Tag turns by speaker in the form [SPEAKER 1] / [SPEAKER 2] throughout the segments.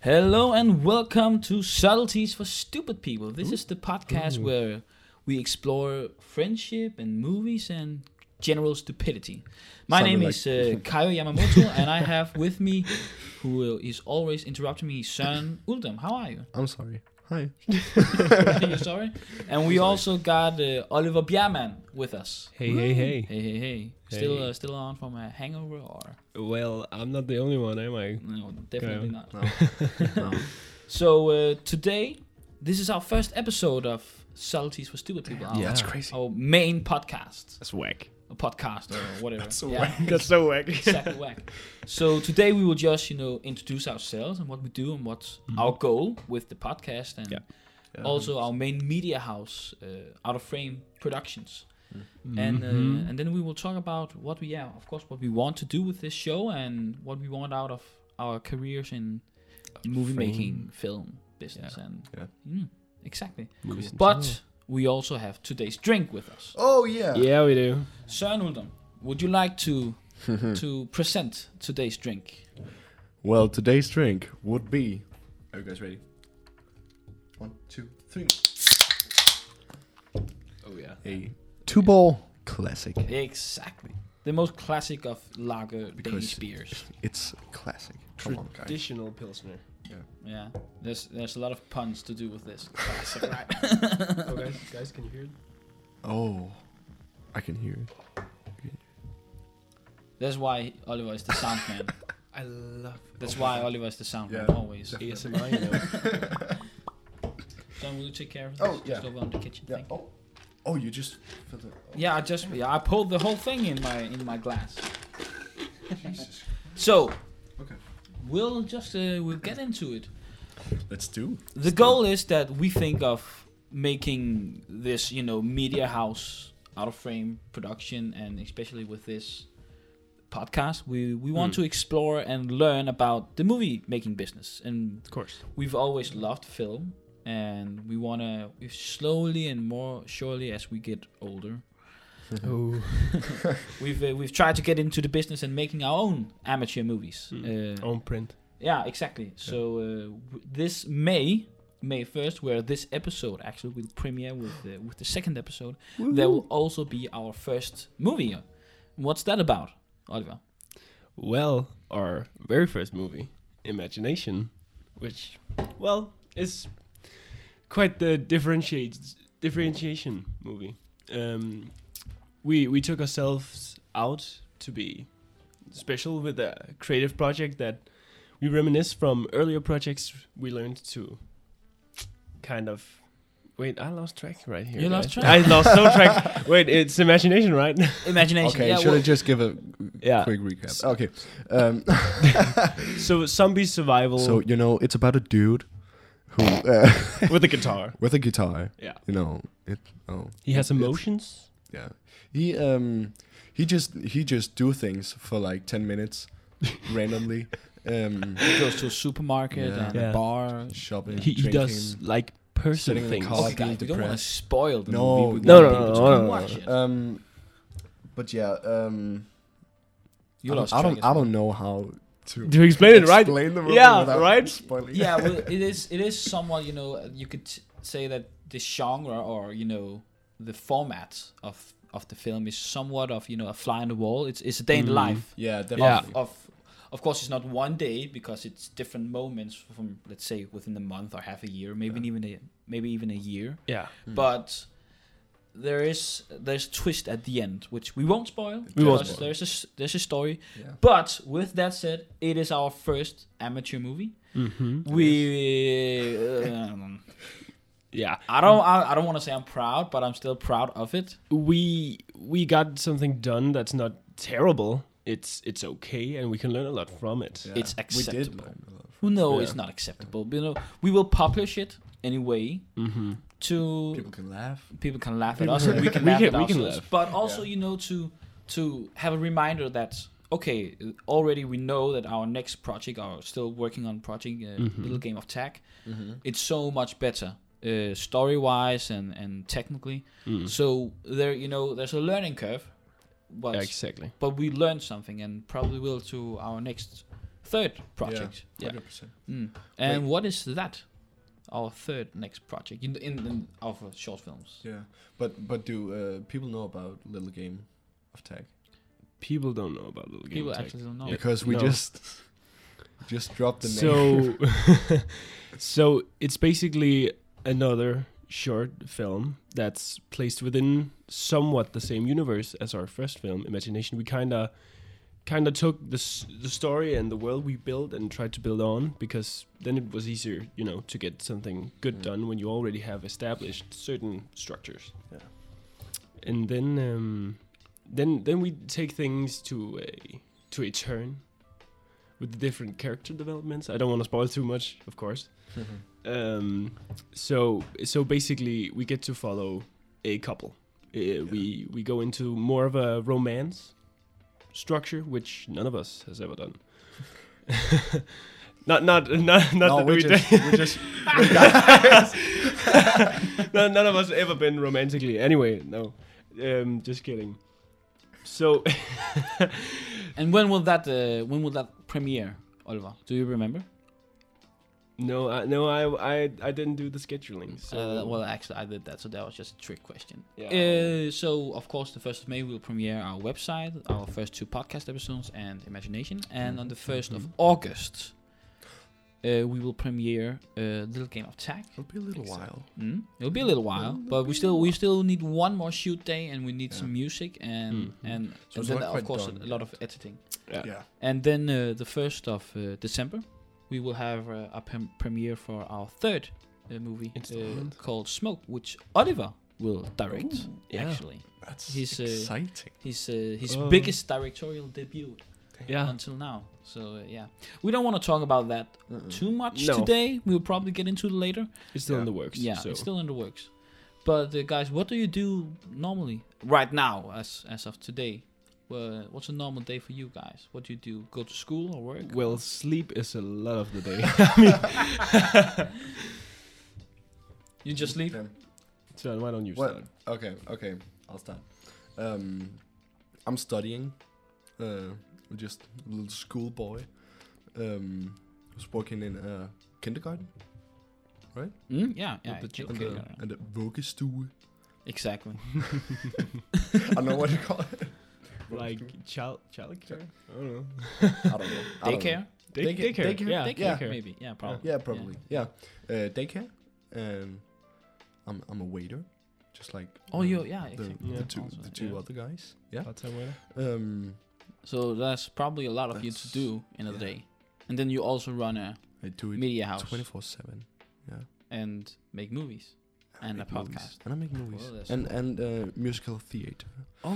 [SPEAKER 1] Hello and welcome to Subtleties for Stupid People. This is the podcast where we explore friendship and movies and general stupidity. My
[SPEAKER 2] Sounded
[SPEAKER 1] name
[SPEAKER 2] like-
[SPEAKER 1] is uh, Kaio Yamamoto and I have with me, who is always interrupting me, Søren Uldum. How are you?
[SPEAKER 2] I'm sorry. Hi.
[SPEAKER 1] You're sorry? And we also got uh, Oliver Bjerman with us.
[SPEAKER 3] Hey, hey, hey.
[SPEAKER 1] Hey, hey, hey. Still
[SPEAKER 3] Hey.
[SPEAKER 1] uh, still on from a hangover or?
[SPEAKER 3] Well, I'm not the only one, am I?
[SPEAKER 1] No, definitely
[SPEAKER 3] on.
[SPEAKER 1] not.
[SPEAKER 2] No.
[SPEAKER 1] So uh, today, this is our first episode of Subtleties for Stupid People. Our,
[SPEAKER 2] Yeah. That's crazy.
[SPEAKER 1] Our main podcast,
[SPEAKER 3] That's whack.
[SPEAKER 1] a podcast or whatever. That's
[SPEAKER 3] That's so whack.
[SPEAKER 1] exactly whack. So today we will just you know introduce ourselves and what we do and what's our goal with the podcast and
[SPEAKER 3] Mm-hmm. Yeah.
[SPEAKER 1] also our main media house, uh, Out of Frame Productions. And uh,
[SPEAKER 2] Mm-hmm.
[SPEAKER 3] Mhm.
[SPEAKER 1] and then we will talk about what we yeah of course what we want to do with this show and what we want out of our careers in movie making, film business, and
[SPEAKER 2] Yeah.
[SPEAKER 1] Mm, exactly.
[SPEAKER 3] Movies in
[SPEAKER 1] But we also have today's drink with us.
[SPEAKER 2] Oh yeah.
[SPEAKER 3] Yeah, we do.
[SPEAKER 1] Søren Uldum, would you like to to present today's drink?
[SPEAKER 2] Well, today's drink would be. Are you guys ready? One, two, three.
[SPEAKER 3] Oh, yeah.
[SPEAKER 2] A two ball classic.
[SPEAKER 1] Exactly. The most classic of lager Danish
[SPEAKER 2] Because-
[SPEAKER 1] beers.
[SPEAKER 2] It's classic. Come on, guys.
[SPEAKER 3] Traditional Pilsner.
[SPEAKER 1] Yeah. There's there's a lot of puns to do with this. Classic, right?
[SPEAKER 3] oh, guys, guys, can you hear it?
[SPEAKER 2] Oh, I can hear it.
[SPEAKER 1] That's why Oliver is the sound man.
[SPEAKER 3] I love
[SPEAKER 1] That's why Oliver is the sound man
[SPEAKER 2] Yeah.
[SPEAKER 1] always.
[SPEAKER 3] ASMR, you know.
[SPEAKER 1] So will you take care of this?
[SPEAKER 2] Oh,
[SPEAKER 1] Just
[SPEAKER 2] yeah.
[SPEAKER 1] over on the kitchen.
[SPEAKER 2] Yeah.
[SPEAKER 1] Thank you.
[SPEAKER 2] Oh. Oh, you just filled it. Oh,
[SPEAKER 1] Yeah, I just yeah, I pulled the whole thing in my in my glass.
[SPEAKER 2] Jesus.
[SPEAKER 1] So
[SPEAKER 2] Okay.
[SPEAKER 1] we'll just uh, we'll get into it.
[SPEAKER 2] Let's do.
[SPEAKER 1] The goal is that we think of making this, you know, media house out of frame production, and especially with this podcast, we we want
[SPEAKER 2] Hmm.
[SPEAKER 1] to explore and learn about the movie making business, and
[SPEAKER 3] Of course.
[SPEAKER 1] we've always loved film and we want to slowly and more surely as we get older
[SPEAKER 3] Oh.
[SPEAKER 1] we've uh, we've tried to get into the business and making our own amateur movies
[SPEAKER 3] Mm.
[SPEAKER 1] uh,
[SPEAKER 3] On print.
[SPEAKER 1] yeah exactly so uh, w- this may may 1st where this episode actually will premiere with the, with the second episode there will also be our first movie what's that about oliver
[SPEAKER 3] Well, our very first movie, Imagination, which, well, is quite the differentiates differentiation movie. Um, we we took ourselves out to be special with a creative project that we reminisce from earlier projects we learned to kind of. Wait, I lost track right here.
[SPEAKER 1] You lost
[SPEAKER 3] guys.
[SPEAKER 1] track?
[SPEAKER 3] I lost no track. Wait, it's imagination, right?
[SPEAKER 1] imagination
[SPEAKER 2] Okay.
[SPEAKER 1] yeah,
[SPEAKER 2] should
[SPEAKER 1] well-
[SPEAKER 2] I just give a
[SPEAKER 3] yeah.
[SPEAKER 2] quick recap? Okay. Um,
[SPEAKER 3] So zombie survival
[SPEAKER 2] so you know, it's about a dude who uh,
[SPEAKER 3] with a guitar.
[SPEAKER 2] with a guitar.
[SPEAKER 3] Yeah.
[SPEAKER 2] You know it. Oh.
[SPEAKER 3] He has
[SPEAKER 2] It- it's-
[SPEAKER 3] emotions.
[SPEAKER 2] Yeah. He um he just he just do things for like 10 minutes randomly. Um
[SPEAKER 1] he goes to a supermarket
[SPEAKER 2] Yeah.
[SPEAKER 1] and a
[SPEAKER 3] Yeah.
[SPEAKER 1] bar
[SPEAKER 2] shopping,
[SPEAKER 3] He, he
[SPEAKER 2] drinking.
[SPEAKER 3] does like
[SPEAKER 2] Sitting
[SPEAKER 3] person
[SPEAKER 2] in the
[SPEAKER 3] things.
[SPEAKER 2] car.
[SPEAKER 1] Okay, guys, we don't want to
[SPEAKER 2] depressed.
[SPEAKER 1] spoil the
[SPEAKER 2] No,
[SPEAKER 1] movie. We
[SPEAKER 2] no,
[SPEAKER 1] want
[SPEAKER 3] no,
[SPEAKER 1] people to
[SPEAKER 3] no,
[SPEAKER 1] come
[SPEAKER 3] no,
[SPEAKER 1] watch
[SPEAKER 3] no.
[SPEAKER 1] it.
[SPEAKER 2] um but yeah, um
[SPEAKER 1] you
[SPEAKER 2] I don't-
[SPEAKER 1] lost
[SPEAKER 2] I don't
[SPEAKER 1] track
[SPEAKER 2] I
[SPEAKER 1] as
[SPEAKER 2] don't know how to
[SPEAKER 3] Do you explain it right?
[SPEAKER 2] Explain the movie
[SPEAKER 3] Yeah,
[SPEAKER 2] without
[SPEAKER 3] right?
[SPEAKER 2] spoiling.
[SPEAKER 1] well. yeah, well, it is. It is somewhat. You know, uh, you could t- say that the genre or you know the format of of the film is somewhat of you know a fly on the wall. It's it's a day in the
[SPEAKER 3] Mm.
[SPEAKER 1] life.
[SPEAKER 2] Yeah,
[SPEAKER 3] Yeah.
[SPEAKER 2] definitely.
[SPEAKER 1] Of of course, it's not one day because it's different moments from let's say within a month or half a year, maybe even a maybe even a year.
[SPEAKER 3] Yeah,
[SPEAKER 1] but there is there's twist at the end which we won't spoil
[SPEAKER 2] We
[SPEAKER 3] won't
[SPEAKER 1] because
[SPEAKER 2] spoil.
[SPEAKER 1] there's a s- there's a story
[SPEAKER 2] Yeah.
[SPEAKER 1] but with that said it is our first amateur movie
[SPEAKER 3] mm-hmm.
[SPEAKER 1] we um,
[SPEAKER 3] yeah.
[SPEAKER 1] i don't I, I don't want to say i'm proud but i'm still proud of it
[SPEAKER 3] We we got something done that's not terrible. It's it's okay, and we can learn a lot from it.
[SPEAKER 2] Yeah.
[SPEAKER 1] it's
[SPEAKER 2] We did.
[SPEAKER 1] acceptable.
[SPEAKER 2] learn a lot from-
[SPEAKER 1] who knows
[SPEAKER 3] Yeah.
[SPEAKER 1] it's not acceptable but, you know we will publish it anyway
[SPEAKER 3] Mm-hmm.
[SPEAKER 1] to
[SPEAKER 2] People can laugh.
[SPEAKER 1] people can laugh at
[SPEAKER 3] People
[SPEAKER 1] us
[SPEAKER 3] can-
[SPEAKER 1] and we can
[SPEAKER 3] we
[SPEAKER 1] laugh
[SPEAKER 3] can-
[SPEAKER 1] at
[SPEAKER 3] we can
[SPEAKER 1] ourselves.
[SPEAKER 3] laugh.
[SPEAKER 1] But also,
[SPEAKER 2] Yeah.
[SPEAKER 1] you know, to to have a reminder that okay, already we know that our next project, our still working on project, uh,
[SPEAKER 3] Mhm.
[SPEAKER 1] little game of tag, it's so much better. Uh, story wise and, and technically
[SPEAKER 3] Mm.
[SPEAKER 1] so there you know there's a learning curve but
[SPEAKER 3] Exactly.
[SPEAKER 1] but we learned something and probably will to our next third project. Yeah.
[SPEAKER 2] 100%.
[SPEAKER 1] Mm. And what is that? Our third next project in in, in our short films.
[SPEAKER 2] Yeah, but but do uh, people know about Little Game of Tag?
[SPEAKER 3] People don't know about Little Game
[SPEAKER 1] People
[SPEAKER 3] Tech.
[SPEAKER 1] actually don't know.
[SPEAKER 2] Because we
[SPEAKER 3] No.
[SPEAKER 2] just just dropped the name.
[SPEAKER 3] so so it's basically another short film that's placed within somewhat the same universe as our first film imagination we kind of kind of took the, s- the story and the world we built and tried to build on because then it was easier you know to get something good
[SPEAKER 2] Mm.
[SPEAKER 3] done when you already have established certain structures yeah and then um then then we take things to a to a turn with the different character developments i don't want to spoil too much of course
[SPEAKER 2] Mm-hmm.
[SPEAKER 3] um so so basically we get to follow a couple uh, we we go into more of a romance structure which none of us has ever done not not not not
[SPEAKER 2] no,
[SPEAKER 3] that
[SPEAKER 2] we
[SPEAKER 3] we
[SPEAKER 2] just,
[SPEAKER 3] did.
[SPEAKER 2] we just
[SPEAKER 3] no, none of us ever been romantically anyway no um just kidding so
[SPEAKER 1] And when will that uh, when will that premiere, Oliver? Do you remember?
[SPEAKER 3] no I, no I, I i didn't do the scheduling so
[SPEAKER 1] Uh, well, actually, I did that, so that was just a trick question.
[SPEAKER 3] Yeah.
[SPEAKER 1] Uh, so, of course, the 1st of May, we'll premiere our website, our first two podcast episodes, and Imagination. And on the 1st of
[SPEAKER 3] Mhm.
[SPEAKER 1] August, uh, we will premiere uh, Little Game of Tag.
[SPEAKER 2] it'll be a little while.
[SPEAKER 1] Mm. It'll be a little while,
[SPEAKER 2] It'll
[SPEAKER 1] but
[SPEAKER 2] be
[SPEAKER 1] we
[SPEAKER 2] a
[SPEAKER 1] still we
[SPEAKER 2] while.
[SPEAKER 1] still need one more shoot day, and we need
[SPEAKER 2] Yeah.
[SPEAKER 1] some music and
[SPEAKER 3] Mhm.
[SPEAKER 1] and,
[SPEAKER 2] So
[SPEAKER 1] and
[SPEAKER 2] it's
[SPEAKER 1] then
[SPEAKER 2] not
[SPEAKER 1] of
[SPEAKER 2] quite
[SPEAKER 1] course
[SPEAKER 2] done
[SPEAKER 1] a lot of editing.
[SPEAKER 3] yeah.
[SPEAKER 2] Yeah,
[SPEAKER 1] And then uh, the 1st of uh, December, we will have uh, a prem- premiere for our third uh, movie uh,
[SPEAKER 3] Installment.
[SPEAKER 1] called Smoke, which Oliver will direct.
[SPEAKER 3] yeah.
[SPEAKER 1] Actually,
[SPEAKER 2] that's
[SPEAKER 1] He's, uh,
[SPEAKER 2] exciting.
[SPEAKER 1] his uh, his
[SPEAKER 3] Oh.
[SPEAKER 1] biggest directorial debut
[SPEAKER 3] yeah
[SPEAKER 1] until now. So uh, yeah, we don't want to talk about that too much
[SPEAKER 3] No.
[SPEAKER 1] today. We'll probably get into it later.
[SPEAKER 3] it's still
[SPEAKER 2] Yeah.
[SPEAKER 3] in the works
[SPEAKER 1] Yeah,
[SPEAKER 3] so
[SPEAKER 1] it's still in the works. But uh, guys, what do you do normally right now, as as of today? Uh, what's a normal day for you guys? What do you do? Go to school or work?
[SPEAKER 3] Well, sleep is a lot of the day. I mean,
[SPEAKER 1] You just sleep.
[SPEAKER 2] Damn.
[SPEAKER 3] so why don't you
[SPEAKER 2] What?
[SPEAKER 3] start?
[SPEAKER 2] Okay, okay, I'll start. Um, I'm studying. Uh, I'm just a little schoolboy. Um, was working in a kindergarten Hmm?
[SPEAKER 1] Mm? Yeah, yeah.
[SPEAKER 2] at the,
[SPEAKER 1] you-
[SPEAKER 2] at
[SPEAKER 1] okay,
[SPEAKER 2] the,
[SPEAKER 1] yeah, yeah.
[SPEAKER 2] at the vuggestue.
[SPEAKER 1] Exactly.
[SPEAKER 2] I don't know what you call it.
[SPEAKER 3] Like child childcare? I don't know.
[SPEAKER 2] I don't know. I don't know.
[SPEAKER 1] Daycare.
[SPEAKER 3] Day-
[SPEAKER 2] Daycare-
[SPEAKER 3] daycare,
[SPEAKER 2] daycare,
[SPEAKER 3] Yeah,
[SPEAKER 1] Daycare,
[SPEAKER 2] yeah.
[SPEAKER 1] maybe. Yeah, probably.
[SPEAKER 2] Yeah, probably. Yeah, Uh, daycare. And I'm I'm a waiter, just like
[SPEAKER 1] Oh,
[SPEAKER 2] um,
[SPEAKER 1] you. Yeah,
[SPEAKER 2] the,
[SPEAKER 1] exactly.
[SPEAKER 2] the
[SPEAKER 3] Yeah,
[SPEAKER 2] two
[SPEAKER 1] also,
[SPEAKER 2] the two
[SPEAKER 1] yeah.
[SPEAKER 2] other guys. Yeah.
[SPEAKER 3] Part-time waiter.
[SPEAKER 2] Um,
[SPEAKER 1] So that's probably a lot of you to
[SPEAKER 2] That's-
[SPEAKER 1] do in a
[SPEAKER 2] yeah.
[SPEAKER 1] day. And then you also run a
[SPEAKER 2] I do it
[SPEAKER 1] media house
[SPEAKER 2] twenty four seven. Yeah.
[SPEAKER 1] and make movies.
[SPEAKER 2] I
[SPEAKER 1] And a
[SPEAKER 2] make movies.
[SPEAKER 1] podcast.
[SPEAKER 2] And I make movies.
[SPEAKER 1] Well, that's
[SPEAKER 2] and and uh, musical theater.
[SPEAKER 1] Oh,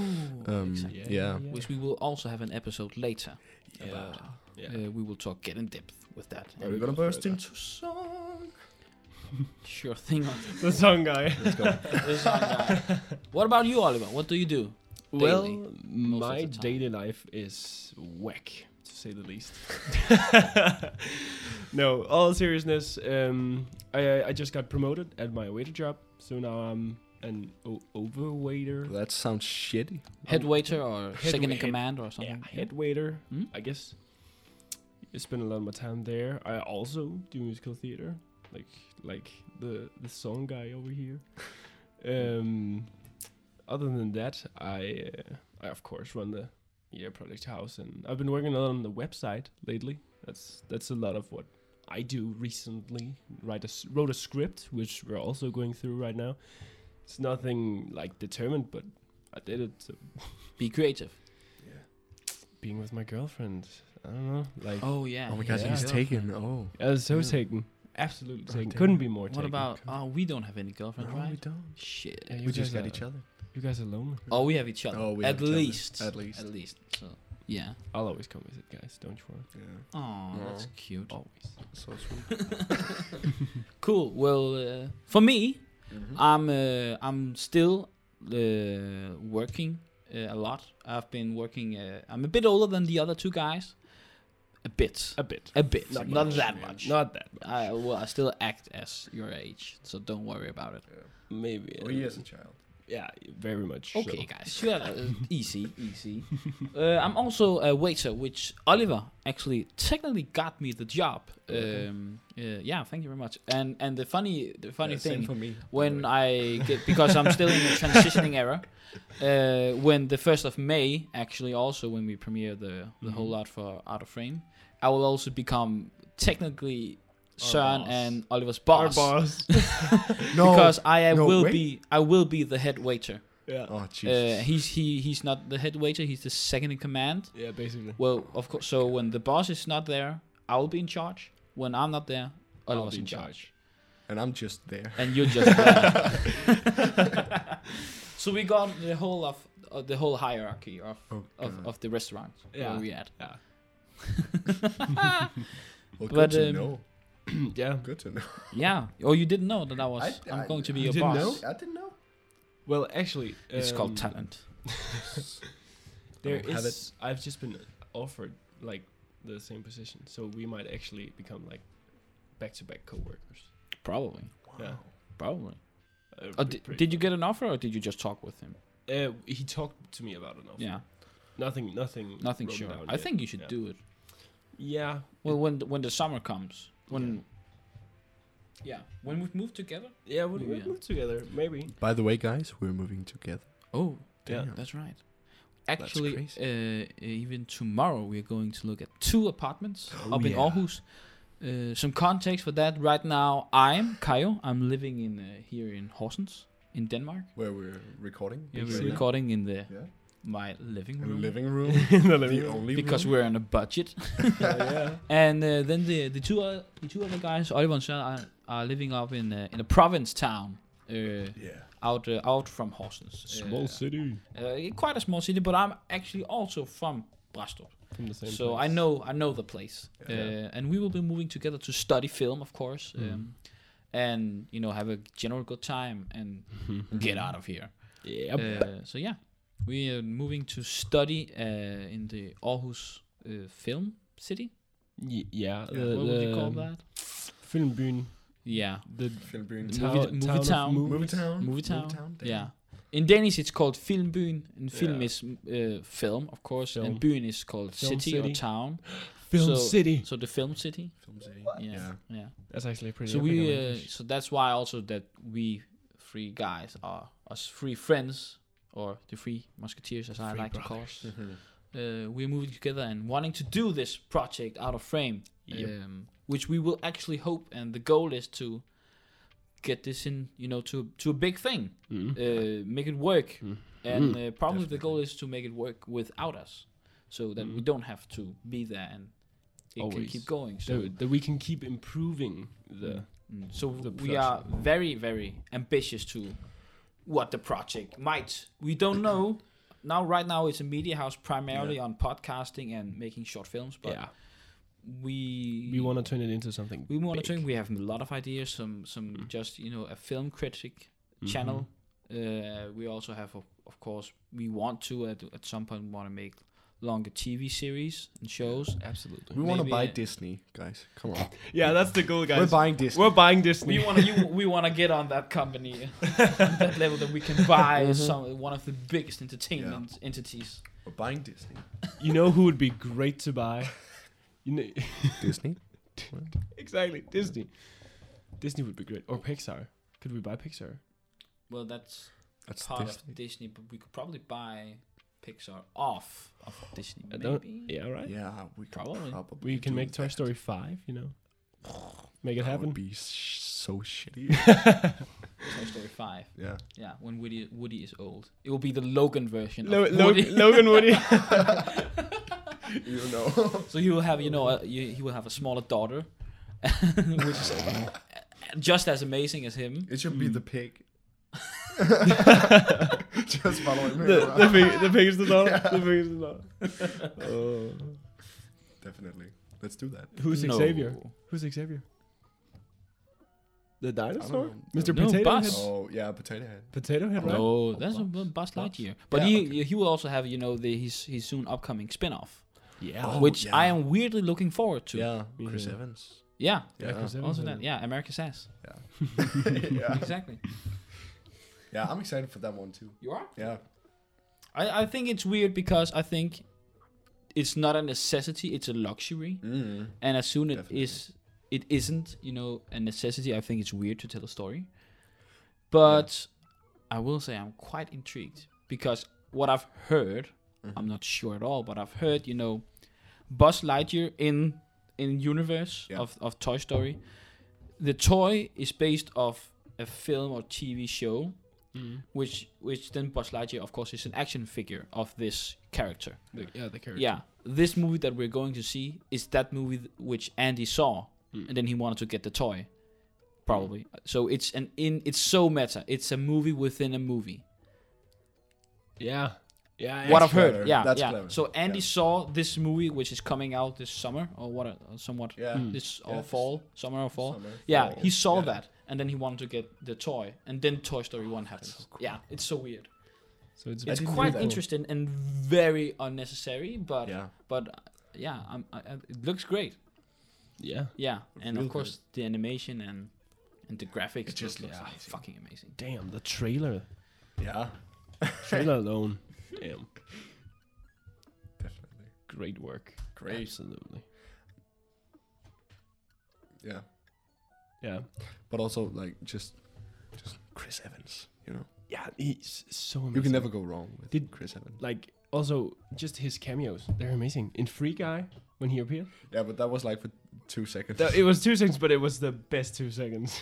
[SPEAKER 2] Um,
[SPEAKER 1] exactly.
[SPEAKER 2] Yeah.
[SPEAKER 1] Which we will also have an episode later.
[SPEAKER 3] Yeah.
[SPEAKER 1] about.
[SPEAKER 3] Yeah.
[SPEAKER 1] Uh, we will talk, get in depth with that.
[SPEAKER 2] Are we gonna burst into song?
[SPEAKER 1] Sure thing. On
[SPEAKER 3] The song guy.
[SPEAKER 2] Let's go.
[SPEAKER 1] this one, uh, what about you, Oliver? What do you do? Daily,
[SPEAKER 3] Well,
[SPEAKER 1] of
[SPEAKER 3] my
[SPEAKER 1] the time.
[SPEAKER 3] daily life is whack, to say the least. no, all seriousness. Um, I I just got promoted at my waiter job, so now I'm an o- overwaiter.
[SPEAKER 2] that sounds shitty.
[SPEAKER 1] Head
[SPEAKER 3] Um,
[SPEAKER 1] waiter or
[SPEAKER 3] head
[SPEAKER 1] second in
[SPEAKER 3] waiter.
[SPEAKER 1] command or
[SPEAKER 3] Yeah,
[SPEAKER 1] something?
[SPEAKER 3] head waiter.
[SPEAKER 1] Hmm?
[SPEAKER 3] I guess. I spend a lot of my time there. I also do musical theater, like like the the song guy over here. Um, other than that, I uh, I of course run the media project house, and I've been working a lot on the website lately. That's that's a lot of what I do recently. Write a s wrote a script, which we're also going through right now. It's nothing like determined, but I did it. So
[SPEAKER 1] Be creative.
[SPEAKER 3] being with my girlfriend. I don't know. Like,
[SPEAKER 1] Oh, yeah.
[SPEAKER 2] oh my god,
[SPEAKER 1] yeah.
[SPEAKER 2] he's
[SPEAKER 1] Girlfriend.
[SPEAKER 2] taken. Oh.
[SPEAKER 3] I was so
[SPEAKER 2] Yeah.
[SPEAKER 3] taken. Absolutely
[SPEAKER 2] Oh,
[SPEAKER 3] taken.
[SPEAKER 2] damn.
[SPEAKER 3] Couldn't be more
[SPEAKER 1] What
[SPEAKER 3] taken.
[SPEAKER 1] about. Oh, we don't have any
[SPEAKER 2] No,
[SPEAKER 1] girlfriend,
[SPEAKER 2] we
[SPEAKER 1] right?
[SPEAKER 2] don't.
[SPEAKER 1] Shit.
[SPEAKER 3] Yeah, you
[SPEAKER 2] We just
[SPEAKER 3] guys
[SPEAKER 2] got
[SPEAKER 3] are-
[SPEAKER 2] each other.
[SPEAKER 3] You guys are lonely.
[SPEAKER 1] Oh, we have each other.
[SPEAKER 2] Oh, we
[SPEAKER 1] at
[SPEAKER 2] have each other.
[SPEAKER 1] least.
[SPEAKER 2] At least.
[SPEAKER 1] At least. So, yeah.
[SPEAKER 3] I'll always come visit, guys. Don't you worry.
[SPEAKER 2] Yeah.
[SPEAKER 1] Oh,
[SPEAKER 2] Yeah.
[SPEAKER 1] that's cute.
[SPEAKER 3] Always.
[SPEAKER 2] So sweet.
[SPEAKER 1] Cool. Well, uh, for me,
[SPEAKER 2] Mm-hmm. Hmm?
[SPEAKER 1] I'm uh, I'm still uh, working uh, a lot. I've been working. Uh, I'm a bit older than the other two guys. A bit.
[SPEAKER 3] A bit.
[SPEAKER 1] A bit. Not,
[SPEAKER 2] Not much,
[SPEAKER 1] that
[SPEAKER 2] man.
[SPEAKER 1] much.
[SPEAKER 3] Not that. Much.
[SPEAKER 1] I, well, I still act as your age, so don't worry about it.
[SPEAKER 3] Maybe.
[SPEAKER 2] Oh, he is a child.
[SPEAKER 3] Yeah, very much. so.
[SPEAKER 1] Okay, guys. You are, uh, easy, easy. Uh, I'm also a waiter, which Oliver actually technically got me the job.
[SPEAKER 2] Oh,
[SPEAKER 1] Um, uh, yeah, thank you very much. And and the funny the funny
[SPEAKER 2] Yeah,
[SPEAKER 1] thing
[SPEAKER 2] Same for me. by the
[SPEAKER 1] when
[SPEAKER 2] way.
[SPEAKER 1] I get because I'm still in a transitioning era. Uh, when the first of May, actually, also when we premiere the the whole
[SPEAKER 2] Mm-hmm.
[SPEAKER 3] Mhm.
[SPEAKER 1] lot for Out of Frame, I will also become technically Søren
[SPEAKER 3] boss.
[SPEAKER 1] and Oliver's
[SPEAKER 3] Our
[SPEAKER 1] boss,
[SPEAKER 3] boss.
[SPEAKER 2] no.
[SPEAKER 1] because I, I
[SPEAKER 2] no,
[SPEAKER 1] will
[SPEAKER 2] wait.
[SPEAKER 1] be I will be the head waiter.
[SPEAKER 3] yeah.
[SPEAKER 2] oh
[SPEAKER 1] Uh,
[SPEAKER 2] Jesus.
[SPEAKER 1] he's he he's not the head waiter. He's the second in command.
[SPEAKER 3] Yeah, basically.
[SPEAKER 1] Well, of course. So when the boss is not there, I'll be in charge. When I'm not there,
[SPEAKER 3] I'll
[SPEAKER 1] Oliver's
[SPEAKER 3] be
[SPEAKER 1] in
[SPEAKER 3] in
[SPEAKER 1] charge,
[SPEAKER 2] and I'm just there.
[SPEAKER 1] and you're just there. so we got the whole of uh, the whole hierarchy of
[SPEAKER 2] Oh,
[SPEAKER 1] of,
[SPEAKER 2] God.
[SPEAKER 1] of the restaurant
[SPEAKER 3] Mm. Yeah.
[SPEAKER 1] where we at.
[SPEAKER 3] Yeah.
[SPEAKER 2] well, good
[SPEAKER 1] but,
[SPEAKER 2] to
[SPEAKER 1] um,
[SPEAKER 2] know.
[SPEAKER 3] yeah.
[SPEAKER 2] Good to know.
[SPEAKER 1] Yeah. Oh, you didn't know that I was.
[SPEAKER 2] I-
[SPEAKER 1] I, am
[SPEAKER 2] I-
[SPEAKER 1] going to be
[SPEAKER 3] you
[SPEAKER 1] your
[SPEAKER 3] didn't
[SPEAKER 1] boss.
[SPEAKER 3] know?
[SPEAKER 2] I didn't know.
[SPEAKER 3] Well, actually,
[SPEAKER 1] It's called
[SPEAKER 3] um,
[SPEAKER 1] talent.
[SPEAKER 3] There
[SPEAKER 2] don't have
[SPEAKER 3] is. I've just been offered like the same position, so we might actually become like back-to-back co-workers.
[SPEAKER 1] Probably.
[SPEAKER 3] Yeah.
[SPEAKER 1] Probably.
[SPEAKER 3] Uh,
[SPEAKER 1] Oh,
[SPEAKER 3] pre-
[SPEAKER 1] did,
[SPEAKER 3] pretty
[SPEAKER 1] did you get an offer, or did you just talk with him?
[SPEAKER 3] Uh, he talked to me about it. Enough.
[SPEAKER 1] Yeah.
[SPEAKER 3] Nothing. Nothing.
[SPEAKER 1] Nothing
[SPEAKER 3] wrote
[SPEAKER 1] sure.
[SPEAKER 3] down
[SPEAKER 1] I
[SPEAKER 3] yet.
[SPEAKER 1] think you should
[SPEAKER 3] Yeah.
[SPEAKER 1] do it.
[SPEAKER 3] Yeah.
[SPEAKER 1] Well, when the, when the summer comes, when yeah, when we move together.
[SPEAKER 3] Yeah. We'll,
[SPEAKER 1] Maybe,
[SPEAKER 3] we'll
[SPEAKER 1] yeah.
[SPEAKER 3] move together. Maybe.
[SPEAKER 2] By the way, guys, we're moving together.
[SPEAKER 1] Oh,
[SPEAKER 3] Yeah.
[SPEAKER 2] Damn.
[SPEAKER 1] that's right. Actually,
[SPEAKER 2] crazy.
[SPEAKER 1] uh, even tomorrow we are going to look at two apartments
[SPEAKER 2] Oh,
[SPEAKER 1] up in
[SPEAKER 2] yeah.
[SPEAKER 1] Aarhus. Uh, some context for that. Right now, I'm Kayo. I'm living in uh, here in Horsens in Denmark.
[SPEAKER 2] Where we're recording.
[SPEAKER 1] Yeah,
[SPEAKER 2] this
[SPEAKER 1] we're
[SPEAKER 2] right now.
[SPEAKER 1] recording in the
[SPEAKER 2] Yeah.
[SPEAKER 1] my living
[SPEAKER 2] In the
[SPEAKER 1] room
[SPEAKER 2] living room.
[SPEAKER 3] the
[SPEAKER 2] the only
[SPEAKER 1] because we're on a budget.
[SPEAKER 3] yeah.
[SPEAKER 1] And uh, then the the two uh, the two other guys, Oliver and Søren, are, are living up in uh, in a province town. Uh,
[SPEAKER 2] room. Yeah.
[SPEAKER 1] out uh, out from Horsens. Uh,
[SPEAKER 3] city.
[SPEAKER 1] uh, quite a small city, but I'm actually also from Brastrup,
[SPEAKER 3] From the same.
[SPEAKER 1] so I
[SPEAKER 3] place.
[SPEAKER 1] know I know the place.
[SPEAKER 2] Yeah.
[SPEAKER 1] Uh, and we will be moving together to study film, of course,
[SPEAKER 3] Mm.
[SPEAKER 1] um, and you know have a general good time and
[SPEAKER 3] Mm-hmm.
[SPEAKER 1] get out of here.
[SPEAKER 3] Yeah.
[SPEAKER 1] Uh, so yeah, we are moving to study uh, in the Aarhus uh, film city.
[SPEAKER 3] Y- yeah.
[SPEAKER 2] Yeah.
[SPEAKER 3] the-
[SPEAKER 1] what would you
[SPEAKER 3] the,
[SPEAKER 1] call
[SPEAKER 3] um,
[SPEAKER 1] that?
[SPEAKER 3] Filmbyen.
[SPEAKER 1] Yeah,
[SPEAKER 3] The
[SPEAKER 2] Film
[SPEAKER 1] The
[SPEAKER 2] room.
[SPEAKER 1] town- movie- movie
[SPEAKER 3] of
[SPEAKER 1] town.
[SPEAKER 3] movies.
[SPEAKER 2] Movie town.
[SPEAKER 1] movie town.
[SPEAKER 2] damn.
[SPEAKER 1] Yeah. In Danish, it's called Filmbyen, and film
[SPEAKER 3] Yeah.
[SPEAKER 1] is uh, film, of course,
[SPEAKER 3] Film.
[SPEAKER 1] and byen is called
[SPEAKER 3] Film
[SPEAKER 1] city, or
[SPEAKER 3] city.
[SPEAKER 1] town.
[SPEAKER 3] Film
[SPEAKER 1] So-
[SPEAKER 3] City.
[SPEAKER 1] So the film city.
[SPEAKER 2] Film city.
[SPEAKER 1] Yeah,
[SPEAKER 2] Yeah.
[SPEAKER 1] yeah.
[SPEAKER 3] That's actually pretty.
[SPEAKER 1] So
[SPEAKER 3] epic
[SPEAKER 1] we,
[SPEAKER 3] on
[SPEAKER 1] uh,
[SPEAKER 3] English.
[SPEAKER 1] so that's why also that we three guys are us three friends or the three musketeers, as I
[SPEAKER 3] Three
[SPEAKER 1] like to
[SPEAKER 2] Mhm.
[SPEAKER 1] call us. Uh, we're moving together and wanting to do this project out of frame,
[SPEAKER 3] Yep.
[SPEAKER 1] um, which we will actually hope, and the goal is to get this in, you know, to to a big thing,
[SPEAKER 3] Mm.
[SPEAKER 1] uh, make it work,
[SPEAKER 3] Mm.
[SPEAKER 1] and uh, probably the
[SPEAKER 2] Definitely.
[SPEAKER 1] goal is to make it work without us, so that we
[SPEAKER 3] Mm.
[SPEAKER 1] don't have to be there and it can
[SPEAKER 3] Always.
[SPEAKER 1] keep going. So
[SPEAKER 3] so that we can keep improving the
[SPEAKER 1] Mm. So
[SPEAKER 3] the
[SPEAKER 1] we are very, very ambitious to what the project might. We don't know. Now, right now, it's a media house primarily on podcasting and making short films. But
[SPEAKER 3] yeah
[SPEAKER 1] we
[SPEAKER 3] we want to turn it into something
[SPEAKER 1] we want to
[SPEAKER 3] big.
[SPEAKER 1] turn- We have a lot of ideas. Some some
[SPEAKER 3] Mm.
[SPEAKER 1] just you know a film critic channel. Uh, we also have, of, of course, we want to at, at some point want to make longer TV series and shows.
[SPEAKER 3] absolutely
[SPEAKER 2] We want to
[SPEAKER 1] Maybe
[SPEAKER 2] buy
[SPEAKER 1] it-
[SPEAKER 2] Disney, guys. Come on.
[SPEAKER 3] yeah that's the goal
[SPEAKER 2] we're buying Disney.
[SPEAKER 3] buying
[SPEAKER 1] We
[SPEAKER 3] Disney
[SPEAKER 1] want to we want to get on that company, on that level that we can buy some one of the biggest entertainment entities.
[SPEAKER 2] We're buying Disney.
[SPEAKER 3] you know who would be great to buy you know
[SPEAKER 2] Disney.
[SPEAKER 3] exactly Disney Disney would be great or Pixar could we buy Pixar
[SPEAKER 1] Well, that's
[SPEAKER 2] That's
[SPEAKER 1] part
[SPEAKER 2] Disney.
[SPEAKER 1] of Disney, but we could probably buy Pixar off of Disney.
[SPEAKER 3] I
[SPEAKER 1] Maybe.
[SPEAKER 3] don't- yeah right
[SPEAKER 2] Yeah, we could
[SPEAKER 1] Probably.
[SPEAKER 2] probably.
[SPEAKER 3] we can
[SPEAKER 2] do
[SPEAKER 3] make Toy
[SPEAKER 2] that.
[SPEAKER 3] Story five you know make it
[SPEAKER 2] That
[SPEAKER 3] happen
[SPEAKER 2] would be sh- so shitty.
[SPEAKER 1] Toy Story Five.
[SPEAKER 2] yeah.
[SPEAKER 1] Yeah, when Woody Woody is old, it will be the Logan version.
[SPEAKER 3] Lo-
[SPEAKER 1] of
[SPEAKER 3] Lo-
[SPEAKER 1] Woody.
[SPEAKER 3] Logan Woody
[SPEAKER 2] You know.
[SPEAKER 1] So he will have, you know, a, you, he will have a smaller daughter, which is just as amazing as him.
[SPEAKER 2] It should be the pig. Just following me
[SPEAKER 3] the,
[SPEAKER 2] around.
[SPEAKER 3] the, big, the biggest of all. The biggest of all.
[SPEAKER 2] Definitely. Let's do that.
[SPEAKER 3] Who's
[SPEAKER 1] No.
[SPEAKER 3] Xavier? Who's Xavier? The dinosaur?
[SPEAKER 2] know.
[SPEAKER 3] Mr.
[SPEAKER 1] No,
[SPEAKER 3] Potato
[SPEAKER 1] Buzz.
[SPEAKER 3] Head?
[SPEAKER 2] Oh yeah, potato head.
[SPEAKER 3] Potato Head, right?
[SPEAKER 1] No, that's a
[SPEAKER 2] Buzz.
[SPEAKER 1] Buzz
[SPEAKER 2] Buzz.
[SPEAKER 1] Lightyear. But
[SPEAKER 2] Yeah,
[SPEAKER 1] he
[SPEAKER 2] okay.
[SPEAKER 1] he will also have, you know, the his his soon upcoming spin-off,
[SPEAKER 3] Yeah.
[SPEAKER 2] Oh,
[SPEAKER 1] which I
[SPEAKER 2] yeah.
[SPEAKER 1] am weirdly looking forward to. Yeah,
[SPEAKER 2] Yeah, Chris
[SPEAKER 3] Yeah.
[SPEAKER 2] Evans.
[SPEAKER 3] Yeah,
[SPEAKER 2] Yeah.
[SPEAKER 3] Chris Evans
[SPEAKER 1] also
[SPEAKER 3] had
[SPEAKER 1] that.
[SPEAKER 3] it.
[SPEAKER 1] Yeah, America's ass.
[SPEAKER 2] yeah.
[SPEAKER 1] exactly.
[SPEAKER 2] Yeah, I'm excited for that one too.
[SPEAKER 1] You are?
[SPEAKER 2] Yeah.
[SPEAKER 1] I, I think it's weird because I think it's not a necessity, it's a luxury.
[SPEAKER 2] Mm.
[SPEAKER 1] And as soon it
[SPEAKER 2] Definitely.
[SPEAKER 1] is it isn't, you know, a necessity, I think it's weird to tell a story. But I will say I'm quite intrigued because what I've heard,
[SPEAKER 2] Mm-hmm.
[SPEAKER 1] I'm not sure at all, but I've heard, you know, Buzz Lightyear in in universe
[SPEAKER 2] Yeah.
[SPEAKER 1] of, of Toy Story, the toy is based off a film or TV show
[SPEAKER 2] Mm-hmm.
[SPEAKER 3] Mm.
[SPEAKER 1] which which then Buzz Lightyear, of course, is an action figure of this character.
[SPEAKER 3] The, yeah, the character.
[SPEAKER 1] Yeah, this movie that we're going to see is that movie th- which Andy saw,
[SPEAKER 2] Hmm.
[SPEAKER 3] Mm.
[SPEAKER 1] and then he wanted to get the toy, probably. So it's an in it's so meta. It's a movie within a movie.
[SPEAKER 3] Yeah.
[SPEAKER 1] what
[SPEAKER 3] Yeah. yeah.
[SPEAKER 1] I've heard,
[SPEAKER 2] clever.
[SPEAKER 1] yeah,
[SPEAKER 2] That's
[SPEAKER 1] yeah.
[SPEAKER 2] clever.
[SPEAKER 1] So Andy
[SPEAKER 2] Yeah.
[SPEAKER 1] saw this movie which is coming out this summer or what, or somewhat
[SPEAKER 2] Yeah. Hmm.
[SPEAKER 3] Mm.
[SPEAKER 1] this
[SPEAKER 2] Yeah,
[SPEAKER 1] or
[SPEAKER 2] this
[SPEAKER 1] fall, summer or Hmm. fall.
[SPEAKER 2] Summer,
[SPEAKER 1] Yeah,
[SPEAKER 2] fall.
[SPEAKER 1] he saw
[SPEAKER 2] Yeah.
[SPEAKER 1] that, and then he wanted to get the toy, and then Toy Story One happens.
[SPEAKER 2] so
[SPEAKER 1] Yeah, it's so weird.
[SPEAKER 3] So it's,
[SPEAKER 2] I
[SPEAKER 1] it's
[SPEAKER 2] didn't
[SPEAKER 1] quite
[SPEAKER 2] know that.
[SPEAKER 1] interesting and very unnecessary, but
[SPEAKER 2] Yeah.
[SPEAKER 1] but uh, yeah, I'm, I, I- it looks great.
[SPEAKER 3] Yeah.
[SPEAKER 1] Yeah, and
[SPEAKER 2] Real
[SPEAKER 1] of course the animation and and the graphics
[SPEAKER 2] It just
[SPEAKER 1] look,
[SPEAKER 2] looks
[SPEAKER 1] yeah,
[SPEAKER 2] amazing.
[SPEAKER 1] fucking amazing.
[SPEAKER 3] Damn, the trailer.
[SPEAKER 2] Yeah.
[SPEAKER 3] Trailer alone. Damn.
[SPEAKER 2] Definitely.
[SPEAKER 3] Great work.
[SPEAKER 2] Great.
[SPEAKER 3] Absolutely.
[SPEAKER 2] Yeah.
[SPEAKER 3] Yeah.
[SPEAKER 2] But also like just, just Chris Evans. You know,
[SPEAKER 3] Yeah, he's so amazing.
[SPEAKER 2] you can never go wrong with
[SPEAKER 3] Did-
[SPEAKER 2] Chris Evans.
[SPEAKER 3] like also just his cameos. They're amazing. In Free Guy, when he appeared,
[SPEAKER 2] Yeah, but that was like for two seconds.
[SPEAKER 3] Th- it was two seconds, but it was the best two seconds.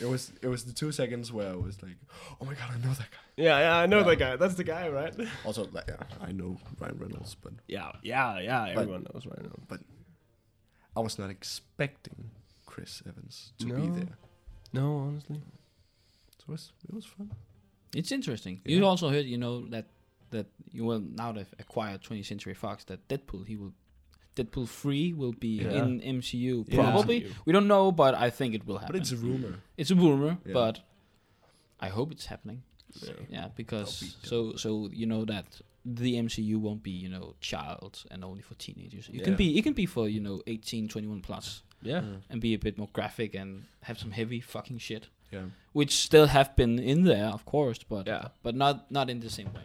[SPEAKER 2] It was it was the two seconds where I was like, oh my god, I know that guy.
[SPEAKER 3] yeah, yeah, I know
[SPEAKER 2] Yeah.
[SPEAKER 3] that guy. That's the guy, right?
[SPEAKER 2] Also, like, yeah, I know Ryan Reynolds, but
[SPEAKER 3] Yeah, yeah, yeah.
[SPEAKER 2] But-
[SPEAKER 3] Everyone knows right now.
[SPEAKER 2] I was not expecting Chris Evans to be
[SPEAKER 3] No.
[SPEAKER 2] there.
[SPEAKER 3] No, honestly.
[SPEAKER 2] So it was it was fun.
[SPEAKER 1] It's interesting.
[SPEAKER 2] Yeah.
[SPEAKER 1] You also heard, you know, that that you will now they've acquired 20th Century Fox that Deadpool he will Deadpool three will be
[SPEAKER 3] Yeah.
[SPEAKER 1] in MCU
[SPEAKER 3] Yeah.
[SPEAKER 1] probably.
[SPEAKER 3] MCU.
[SPEAKER 1] We don't know, but I think it will happen.
[SPEAKER 2] But it's a rumor.
[SPEAKER 1] It's a rumor,
[SPEAKER 2] Yeah.
[SPEAKER 1] but I hope it's happening.
[SPEAKER 2] So,
[SPEAKER 1] Yeah, because
[SPEAKER 2] be
[SPEAKER 1] so so you know that the MCU won't be you know child and only for teenagers. It can
[SPEAKER 2] Yeah.
[SPEAKER 1] be it can be for you know 18, 21 plus
[SPEAKER 3] Yeah.
[SPEAKER 2] Mm.
[SPEAKER 1] and be a bit more graphic and have some heavy fucking shit,
[SPEAKER 2] yeah.
[SPEAKER 1] which still have been in there, of course, but
[SPEAKER 3] Yeah.
[SPEAKER 1] but not not in the same way.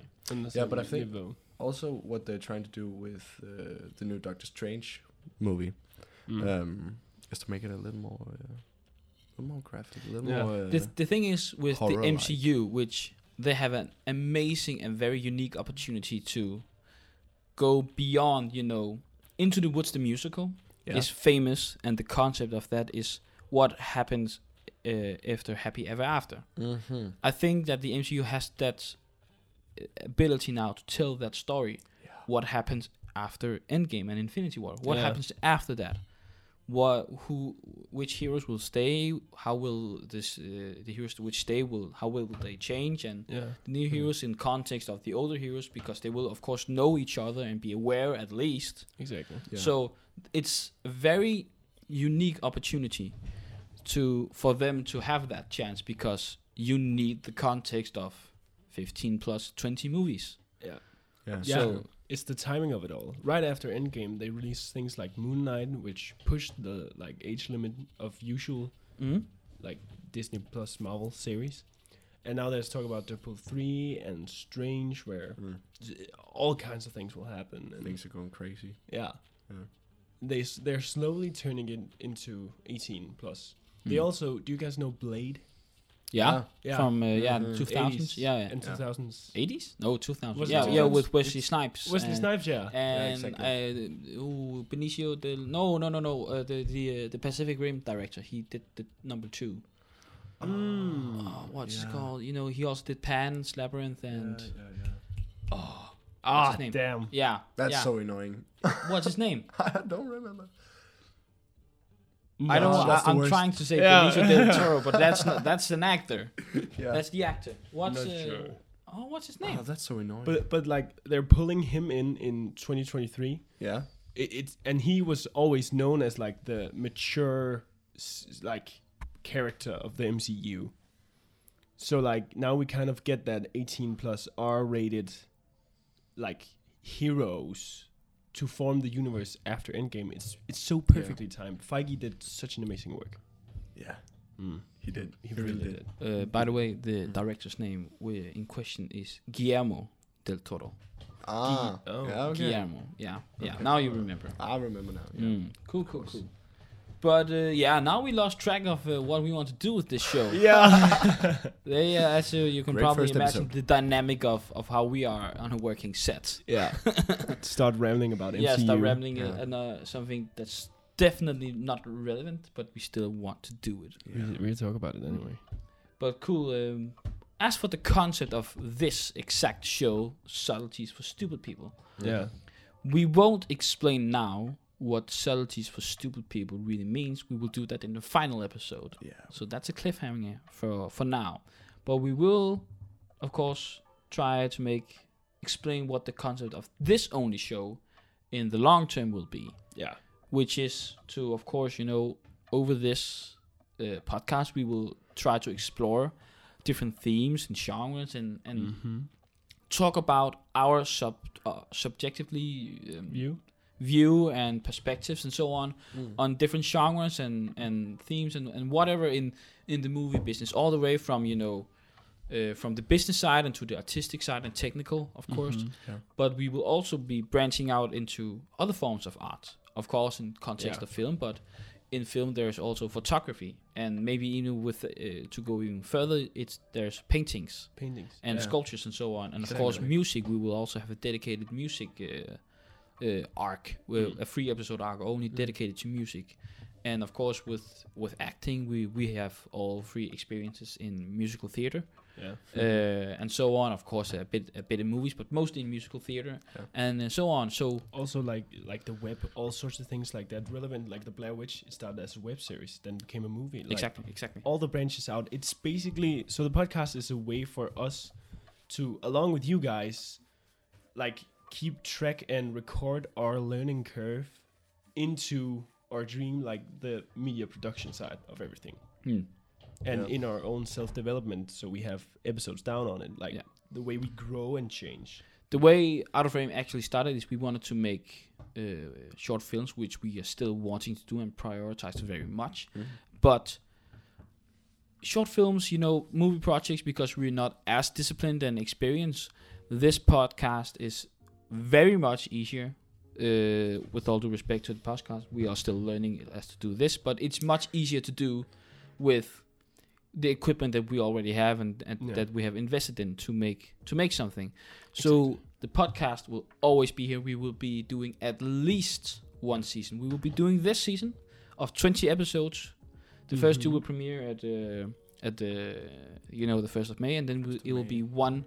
[SPEAKER 2] Yeah, but I think- Also, what they're trying to do with uh, the new Doctor Strange movie
[SPEAKER 3] Mm.
[SPEAKER 2] um, is to make it a little more, uh, a little more graphic, a little
[SPEAKER 3] Yeah.
[SPEAKER 2] more. Uh,
[SPEAKER 1] the the thing is with the
[SPEAKER 2] horror-like.
[SPEAKER 1] MCU, which they have an amazing and very unique opportunity to go beyond, you know, Into the Woods the musical
[SPEAKER 2] Yeah.
[SPEAKER 1] is famous, and the concept of that is what happens uh, after Happy Ever After.
[SPEAKER 2] mm-hmm.
[SPEAKER 1] I think that the MCU has that uh, ability now to tell that story.
[SPEAKER 2] Yeah.
[SPEAKER 1] What happens after Endgame and Infinity War? What
[SPEAKER 3] Yeah.
[SPEAKER 1] happens after that? What who which heroes will stay? How will this uh, the heroes which stay will how will they change and
[SPEAKER 3] Yeah.
[SPEAKER 1] the new heroes in context of the older heroes because they will of course know each other and be aware at least.
[SPEAKER 3] Exactly.
[SPEAKER 2] Yeah.
[SPEAKER 1] So it's a very unique opportunity to for them to have that chance because you need the context of 15 plus 20 movies.
[SPEAKER 3] Yeah.
[SPEAKER 2] yeah.
[SPEAKER 3] Yeah.
[SPEAKER 1] So
[SPEAKER 3] It's the timing of it all. Right after Endgame, they released things like Moon Knight, which pushed the like age limit of usual
[SPEAKER 1] mm,
[SPEAKER 3] like Disney Plus Marvel series. And now there's talk about Deadpool 3 and Strange, where
[SPEAKER 2] Mm.
[SPEAKER 3] d- all kinds of things will happen. And
[SPEAKER 2] Things are going crazy.
[SPEAKER 3] Yeah.
[SPEAKER 2] Yeah.
[SPEAKER 3] They s- they're slowly turning it into 18 plus. They
[SPEAKER 1] Mm.
[SPEAKER 3] also do you guys know Blade?
[SPEAKER 1] yeah,
[SPEAKER 3] Yeah.
[SPEAKER 1] from uh, yeah
[SPEAKER 2] Mhm.
[SPEAKER 1] 2000s,
[SPEAKER 3] 80s
[SPEAKER 1] yeah, yeah.
[SPEAKER 3] and
[SPEAKER 2] Yeah.
[SPEAKER 3] 2000s.
[SPEAKER 1] 80s? No, 2000s.
[SPEAKER 3] Was it
[SPEAKER 1] yeah, yeah,
[SPEAKER 3] 2000s?
[SPEAKER 1] with Wesley
[SPEAKER 3] It's-
[SPEAKER 1] Snipes.
[SPEAKER 3] Wesley
[SPEAKER 1] and-
[SPEAKER 3] Snipes, yeah.
[SPEAKER 1] And
[SPEAKER 2] exactly.
[SPEAKER 1] uh, ooh, Benicio del no no no no uh, the the uh, the Pacific Rim director he did the number two. Oh, what's it
[SPEAKER 2] Ah, yeah.
[SPEAKER 1] called? You know he also did Pan's Labyrinth and
[SPEAKER 2] yeah, yeah, yeah.
[SPEAKER 1] What's
[SPEAKER 3] Ah,
[SPEAKER 1] his name?
[SPEAKER 3] damn.
[SPEAKER 1] Yeah.
[SPEAKER 2] That's
[SPEAKER 1] yeah.
[SPEAKER 2] so annoying.
[SPEAKER 1] What's his name?
[SPEAKER 2] I don't remember.
[SPEAKER 1] I don't.
[SPEAKER 2] No,
[SPEAKER 1] I,
[SPEAKER 2] that's the
[SPEAKER 1] I'm
[SPEAKER 2] worst.
[SPEAKER 1] trying to say
[SPEAKER 3] Yeah.
[SPEAKER 1] Benicio del Toro, but that's not. That's an actor.
[SPEAKER 2] Yeah.
[SPEAKER 1] That's the actor. What's
[SPEAKER 3] Not
[SPEAKER 1] uh,
[SPEAKER 3] sure.
[SPEAKER 1] oh, what's his name?
[SPEAKER 2] Oh, that's so annoying.
[SPEAKER 3] But but like they're pulling him in in 2023.
[SPEAKER 2] yeah.
[SPEAKER 3] It, it's and he was always known as like the mature s- like character of the MCU. So like now we kind of get that 18 plus R rated like heroes to form the universe after Endgame. It's it's so perfectly timed. Feige did such an amazing work.
[SPEAKER 2] Yeah. He did.
[SPEAKER 3] He really did.
[SPEAKER 1] Uh, by the way, the director's name we in question is Guillermo del Toro.
[SPEAKER 2] Ah.
[SPEAKER 3] Oh.
[SPEAKER 2] Yeah, okay.
[SPEAKER 1] Guillermo. Yeah, yeah.
[SPEAKER 2] Okay.
[SPEAKER 1] Now you remember.
[SPEAKER 2] I remember now. Yeah.
[SPEAKER 1] Mm. Cool, cool,
[SPEAKER 2] course.
[SPEAKER 1] cool. But uh, yeah, now we lost track of uh, what we want to do with this show.
[SPEAKER 3] Yeah.
[SPEAKER 1] They, uh, as uh, you can
[SPEAKER 2] Great
[SPEAKER 1] probably
[SPEAKER 2] first
[SPEAKER 1] imagine,
[SPEAKER 2] episode.
[SPEAKER 1] the dynamic of, of how we are on a working set.
[SPEAKER 2] Yeah.
[SPEAKER 3] Start rambling about MCU.
[SPEAKER 1] Yeah, start rambling
[SPEAKER 2] Yeah.
[SPEAKER 1] and uh, something that's definitely not relevant, but we still want to do it.
[SPEAKER 3] We
[SPEAKER 2] yeah.
[SPEAKER 3] should- We'll talk about it anyway.
[SPEAKER 1] But cool. Um, as for the concept of this exact show, subtleties for stupid people,
[SPEAKER 3] Yeah.
[SPEAKER 1] we won't explain now what subtleties for stupid people really means. We will do that in the final episode.
[SPEAKER 2] Yeah.
[SPEAKER 1] So that's a cliffhanger for for now. But we will, of course, try to make explain what the concept of this only show in the long term will be,
[SPEAKER 3] Yeah.
[SPEAKER 1] which is to, of course, you know, over this uh, podcast we will try to explore different themes and genres and and
[SPEAKER 3] Mm-hmm.
[SPEAKER 1] talk about our sub uh, subjectively um,
[SPEAKER 3] You?
[SPEAKER 1] view and perspectives and so on
[SPEAKER 2] Mm.
[SPEAKER 1] on different genres and and themes and, and whatever in in the movie business all the way from you know uh, from the business side and to the artistic side and technical of course
[SPEAKER 3] Mhm.
[SPEAKER 1] but we will also be branching out into other forms of art of course in context
[SPEAKER 3] Yeah.
[SPEAKER 1] of film but in film there's also photography and maybe even with uh, to go even further it's there's paintings
[SPEAKER 3] Paintings.
[SPEAKER 1] and
[SPEAKER 3] yeah.
[SPEAKER 1] sculptures and so on. And of course,
[SPEAKER 2] Exactly.
[SPEAKER 1] music. We will also have a dedicated music uh, uh, arc, well,
[SPEAKER 3] Mm.
[SPEAKER 1] a free episode arc only dedicated to music. And of course, with with acting, we we have all three experiences in musical theater
[SPEAKER 3] Yeah.
[SPEAKER 1] uh, and so on. Of course, a bit a bit in movies, but mostly in musical theater
[SPEAKER 2] Yeah.
[SPEAKER 1] and uh, so on. So
[SPEAKER 3] also like like the web, all sorts of things like that. Relevant, like the Blair Witch it started as a web series, then became a movie. Like,
[SPEAKER 1] exactly, exactly.
[SPEAKER 3] all the branches out. It's basically so the podcast is a way for us to, along with you guys, like keep track and record our learning curve into our dream, like the media production side of everything,
[SPEAKER 1] Hmm.
[SPEAKER 3] and
[SPEAKER 2] Yeah.
[SPEAKER 3] in our own self development. So we have episodes down on it, like
[SPEAKER 1] Yeah.
[SPEAKER 3] the way we grow and change.
[SPEAKER 1] The way Out of Frame actually started is we wanted to make uh, short films, which we are still wanting to do and prioritize very much.
[SPEAKER 2] Mhm.
[SPEAKER 1] But short films, you know, movie projects, because we're not as disciplined and experienced, this podcast is very much easier. Uh, with all due respect to the podcast, we are still learning as to do this, but it's much easier to do with the equipment that we already have and, and
[SPEAKER 3] Yeah.
[SPEAKER 1] that we have invested in to make to make something. So the podcast will always be here. We will be doing at least one season. We will be doing this season of 20 episodes. The first two
[SPEAKER 3] Mhm.
[SPEAKER 1] will premiere at uh, at the you know the first of May, and then we,
[SPEAKER 2] of
[SPEAKER 1] it will
[SPEAKER 2] May.
[SPEAKER 1] be one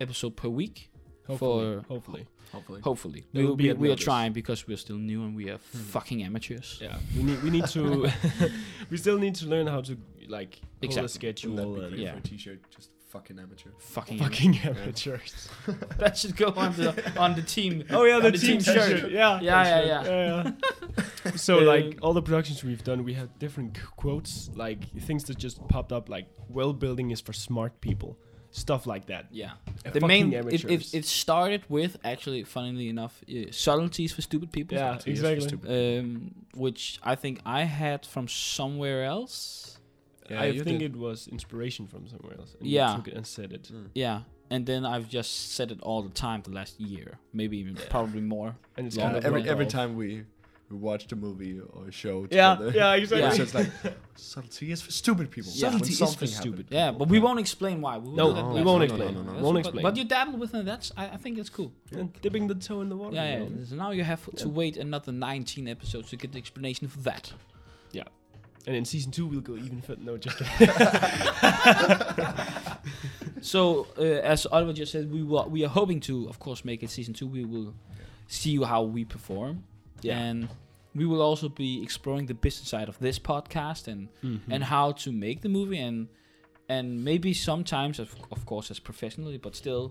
[SPEAKER 1] episode per week.
[SPEAKER 3] Hopefully,
[SPEAKER 1] For-
[SPEAKER 3] hopefully,
[SPEAKER 2] Hopefully.
[SPEAKER 1] Hopefully,
[SPEAKER 3] There
[SPEAKER 1] we
[SPEAKER 3] will
[SPEAKER 1] will
[SPEAKER 3] be
[SPEAKER 1] be.
[SPEAKER 3] at Hmm.
[SPEAKER 1] We are
[SPEAKER 3] notice.
[SPEAKER 1] trying because we're still new and we are fucking amateurs.
[SPEAKER 3] yeah. We need we need to. we still need to learn how to like
[SPEAKER 1] Exactly.
[SPEAKER 3] pull a
[SPEAKER 2] That'd
[SPEAKER 3] schedule.
[SPEAKER 2] be
[SPEAKER 3] and
[SPEAKER 2] great
[SPEAKER 1] yeah.
[SPEAKER 2] for a t-shirt. Just fucking amateur.
[SPEAKER 1] Fucking, amateurs.
[SPEAKER 3] Fucking amateurs.
[SPEAKER 1] that should go on the on the team.
[SPEAKER 3] Oh yeah, the,
[SPEAKER 1] the
[SPEAKER 3] team,
[SPEAKER 1] team
[SPEAKER 3] shirt.
[SPEAKER 1] shirt.
[SPEAKER 3] Yeah. Um,
[SPEAKER 1] Yeah,
[SPEAKER 3] That's
[SPEAKER 1] yeah,
[SPEAKER 3] right. yeah. so
[SPEAKER 1] Uh,
[SPEAKER 3] like all the productions we've done, we had different c- quotes, like things that just popped up, like "well building is for smart people," stuff like that.
[SPEAKER 1] Yeah,
[SPEAKER 3] Uh,
[SPEAKER 1] the
[SPEAKER 3] fucking
[SPEAKER 1] main it, it,
[SPEAKER 3] amateurs.
[SPEAKER 1] it started with actually, funnily enough, uh, subtleties for stupid people.
[SPEAKER 3] yeah,
[SPEAKER 2] Two years for
[SPEAKER 3] exactly.
[SPEAKER 2] stupid.
[SPEAKER 1] um, which I think I had from somewhere else.
[SPEAKER 2] Yeah,
[SPEAKER 3] I
[SPEAKER 2] you
[SPEAKER 3] think
[SPEAKER 2] did.
[SPEAKER 3] it was inspiration from somewhere else. And
[SPEAKER 1] Yeah.
[SPEAKER 3] you took it and said
[SPEAKER 1] Uh,
[SPEAKER 3] it.
[SPEAKER 2] Mm.
[SPEAKER 1] Yeah, and then I've just said it all the time the last year, maybe even probably more.
[SPEAKER 3] And it's
[SPEAKER 1] Yeah,
[SPEAKER 3] kind
[SPEAKER 2] Yeah,
[SPEAKER 3] of
[SPEAKER 2] every
[SPEAKER 3] rubbed
[SPEAKER 2] every
[SPEAKER 3] off.
[SPEAKER 2] time we we watched a movie or a show
[SPEAKER 3] Yeah,
[SPEAKER 2] together.
[SPEAKER 3] yeah,
[SPEAKER 1] Yeah.
[SPEAKER 2] It's
[SPEAKER 3] exactly.
[SPEAKER 2] just like subtlety is for stupid people.
[SPEAKER 1] Yeah.
[SPEAKER 2] When
[SPEAKER 3] Subtlety is for
[SPEAKER 2] something
[SPEAKER 3] stupid
[SPEAKER 2] happened.
[SPEAKER 1] Yeah, but we won't explain why. We will
[SPEAKER 3] No,
[SPEAKER 1] do that
[SPEAKER 2] we
[SPEAKER 1] later.
[SPEAKER 2] won't No, no, explain. no, no, no, no.
[SPEAKER 1] That's-
[SPEAKER 3] Won't
[SPEAKER 1] but-
[SPEAKER 3] explain.
[SPEAKER 1] But you dabble with it. That's I, I think it's cool.
[SPEAKER 3] And dipping the toe in the water.
[SPEAKER 1] Yeah,
[SPEAKER 3] you
[SPEAKER 1] yeah.
[SPEAKER 3] know?
[SPEAKER 1] So now you have to
[SPEAKER 3] Yeah.
[SPEAKER 1] wait another 19 episodes to get the explanation for that.
[SPEAKER 3] And in season two, we'll go even further. No, just kidding.
[SPEAKER 1] so uh, as Oliver just said, we will, we are hoping to, of course, make it season two. We will see how we perform,
[SPEAKER 3] Yeah.
[SPEAKER 1] and we will also be exploring the business side of this podcast and
[SPEAKER 3] Mm-hmm.
[SPEAKER 1] and how to make the movie and and maybe sometimes of, of course as professionally but still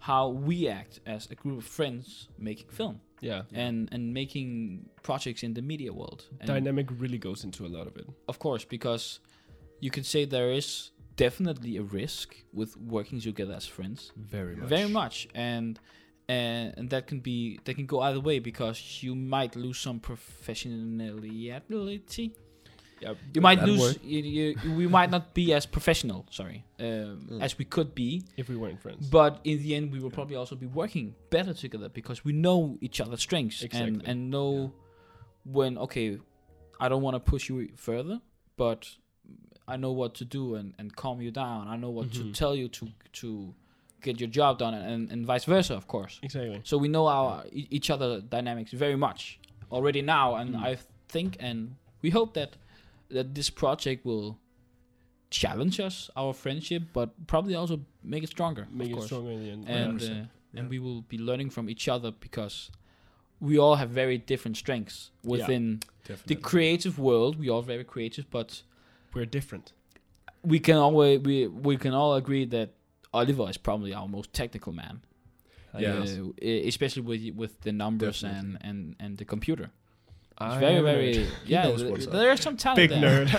[SPEAKER 1] how we act as a group of friends making film
[SPEAKER 3] yeah,
[SPEAKER 1] and and making projects in the media world and
[SPEAKER 3] dynamic really goes into a lot of it.
[SPEAKER 1] of course because you could say there is definitely a risk with working together as friends
[SPEAKER 3] Very much.
[SPEAKER 1] very much and and, and that can be that can go either way because you might lose some professionality
[SPEAKER 3] Yeah,
[SPEAKER 1] You might
[SPEAKER 2] That'll
[SPEAKER 1] lose.
[SPEAKER 2] work.
[SPEAKER 1] You, you, we might not be as professional, sorry, um,
[SPEAKER 2] Mm.
[SPEAKER 1] as we could be.
[SPEAKER 3] if we weren't friends.
[SPEAKER 1] But in the end, we will probably also be working better together because we know each other's strengths and
[SPEAKER 3] Exactly.
[SPEAKER 1] and know when okay, I don't want to push you further, but I know what to do and, and calm you down. I know what to
[SPEAKER 3] Mhm.
[SPEAKER 1] tell you to to get your job done and, and vice versa, of course.
[SPEAKER 3] Exactly.
[SPEAKER 1] So we know our e- each other dynamics very much already now, and
[SPEAKER 3] Mm.
[SPEAKER 1] I think and we hope that that this project will challenge us our friendship, but probably also make it stronger.
[SPEAKER 3] Make
[SPEAKER 1] of
[SPEAKER 3] it
[SPEAKER 1] course.
[SPEAKER 3] stronger in the end.
[SPEAKER 1] and uh,
[SPEAKER 2] 100%, yeah.
[SPEAKER 1] and we will be learning from each other because we all have very different strengths within the
[SPEAKER 2] Definitely.
[SPEAKER 1] creative world. We all very creative, but
[SPEAKER 3] we're different.
[SPEAKER 1] we can always we we can all agree that Oliver is probably our most technical man
[SPEAKER 2] Yeah.
[SPEAKER 1] uh, e- especially with with the numbers
[SPEAKER 2] Definitely.
[SPEAKER 1] and, and and the computer. It's
[SPEAKER 3] I
[SPEAKER 1] very
[SPEAKER 3] am a
[SPEAKER 1] very yeah.
[SPEAKER 2] knows
[SPEAKER 1] th-
[SPEAKER 2] what's up.
[SPEAKER 1] there is some talent
[SPEAKER 3] big
[SPEAKER 1] there.
[SPEAKER 3] nerd.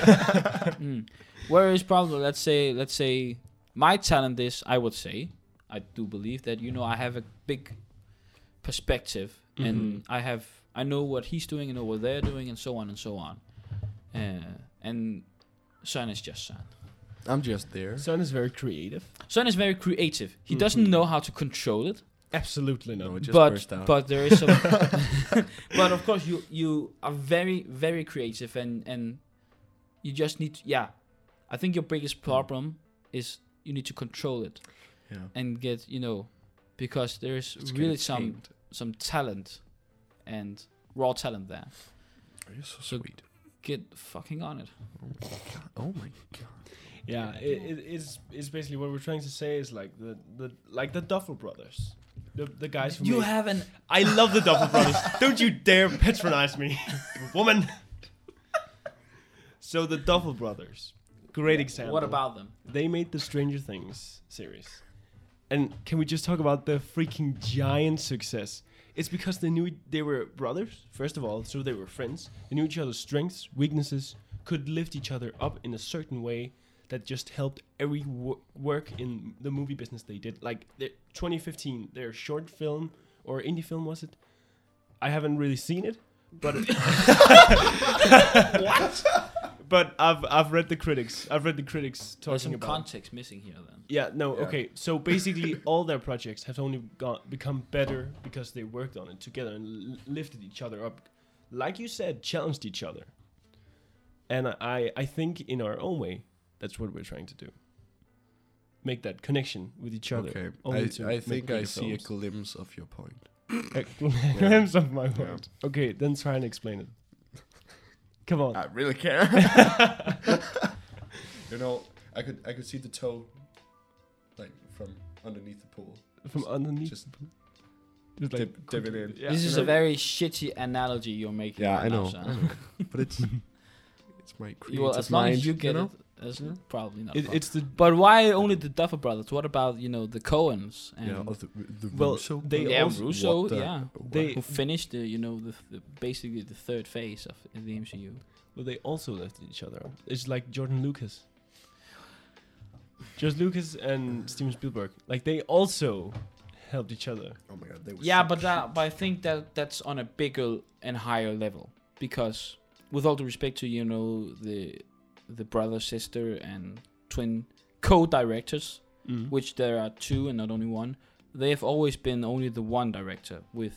[SPEAKER 1] Mm. Whereas probably let's say let's say my talent is I would say I do believe that you know I have a big perspective and
[SPEAKER 2] Mm-hmm.
[SPEAKER 1] I have I know what he's doing and know what they're doing and so on and so on. Uh, and Sun is just Sun.
[SPEAKER 2] I'm just there.
[SPEAKER 3] Son is very creative.
[SPEAKER 1] Sun is very creative. He doesn't
[SPEAKER 2] Mm-hmm.
[SPEAKER 3] Mhm.
[SPEAKER 1] know how to control it.
[SPEAKER 3] Absolutely
[SPEAKER 2] No,
[SPEAKER 3] no.
[SPEAKER 2] it just
[SPEAKER 1] but
[SPEAKER 2] burst out.
[SPEAKER 1] but there is some but of course you you are very very creative and and you just need to, yeah i think your biggest problem is you need to control it
[SPEAKER 2] Mm. yeah.
[SPEAKER 1] and get you know because there is
[SPEAKER 2] It's
[SPEAKER 1] really
[SPEAKER 2] getting
[SPEAKER 1] some
[SPEAKER 2] tamed.
[SPEAKER 1] some talent and raw talent there
[SPEAKER 2] Are you so
[SPEAKER 1] So-
[SPEAKER 2] sweet?
[SPEAKER 1] get fucking on it
[SPEAKER 2] Oh my god.
[SPEAKER 3] Yeah, i it, it's, it's basically what we're trying to say is like the, the like the Duffel Brothers, the the guys. Who
[SPEAKER 1] you
[SPEAKER 3] made-
[SPEAKER 1] have an
[SPEAKER 3] I love the Duffel Brothers. Don't you dare patronize me, woman. so the Duffel Brothers, great example.
[SPEAKER 1] what about them
[SPEAKER 3] they made the Stranger Things series? And can we just talk about the freaking giant success? It's because they knew they were brothers, first of all, so they were friends. They knew each other's strengths, weaknesses, could lift each other up in a certain way that just helped every wo- work in the movie business they did. Like their 2015, their short film or indie film was it? I haven't really seen it, but what? But I've I've read the critics. I've read the critics
[SPEAKER 1] there's
[SPEAKER 3] talking
[SPEAKER 1] some
[SPEAKER 3] about.
[SPEAKER 1] context missing here then
[SPEAKER 3] Yeah, no,
[SPEAKER 2] Yeah.
[SPEAKER 3] okay. So basically, all their projects have only got, become better because they worked on it together and l- lifted each other up. Like you said, challenged each other. And I, I think in our own way, that's what we're trying to do. Make that connection with each other.
[SPEAKER 2] Okay.
[SPEAKER 3] only to
[SPEAKER 2] I, I
[SPEAKER 3] make
[SPEAKER 2] think I
[SPEAKER 3] bigger
[SPEAKER 2] see a
[SPEAKER 3] films.
[SPEAKER 2] glimpse of your point.
[SPEAKER 3] Glimpse of my world. Okay, then try and explain it. Come on.
[SPEAKER 2] I really care. you know, I could I could see the toe, like from underneath the pool,
[SPEAKER 3] From underneath.
[SPEAKER 2] just
[SPEAKER 3] just like-
[SPEAKER 2] dip, dip it in.
[SPEAKER 3] Yeah.
[SPEAKER 1] this is
[SPEAKER 3] no.
[SPEAKER 1] a very shitty analogy you're making
[SPEAKER 2] Yeah,
[SPEAKER 1] right
[SPEAKER 2] I
[SPEAKER 1] now,
[SPEAKER 2] know,
[SPEAKER 1] Søren.
[SPEAKER 2] I know. But it's it's my creative
[SPEAKER 1] well, as long
[SPEAKER 2] mind.
[SPEAKER 1] as you get
[SPEAKER 2] know?
[SPEAKER 1] it, that's
[SPEAKER 2] Yeah.
[SPEAKER 1] probably not. a
[SPEAKER 3] It,
[SPEAKER 1] problem.
[SPEAKER 3] it's the
[SPEAKER 1] but why only the Duffer Brothers? What about you know the Coens and
[SPEAKER 2] Yeah, or the, the
[SPEAKER 3] Well,
[SPEAKER 2] Russo
[SPEAKER 3] they
[SPEAKER 2] brothers.
[SPEAKER 1] yeah,
[SPEAKER 3] also-
[SPEAKER 1] Russo?
[SPEAKER 2] What the-
[SPEAKER 1] yeah,
[SPEAKER 2] what?
[SPEAKER 3] They-
[SPEAKER 1] who finished the you know the, the basically the third phase of the MCU.
[SPEAKER 3] Well, they also lifted each other up. It's like Jordan Lucas. George Lucas and Steven Spielberg, like they also helped each other.
[SPEAKER 2] oh my god, they were
[SPEAKER 1] Yeah,
[SPEAKER 2] so
[SPEAKER 1] but that,
[SPEAKER 2] shit.
[SPEAKER 1] but I think that that's on a bigger and higher level because, with all due respect to you know the the brother sister and twin co-directors,
[SPEAKER 3] Mm.
[SPEAKER 1] which there are two and not only one, they have always been only the one director, with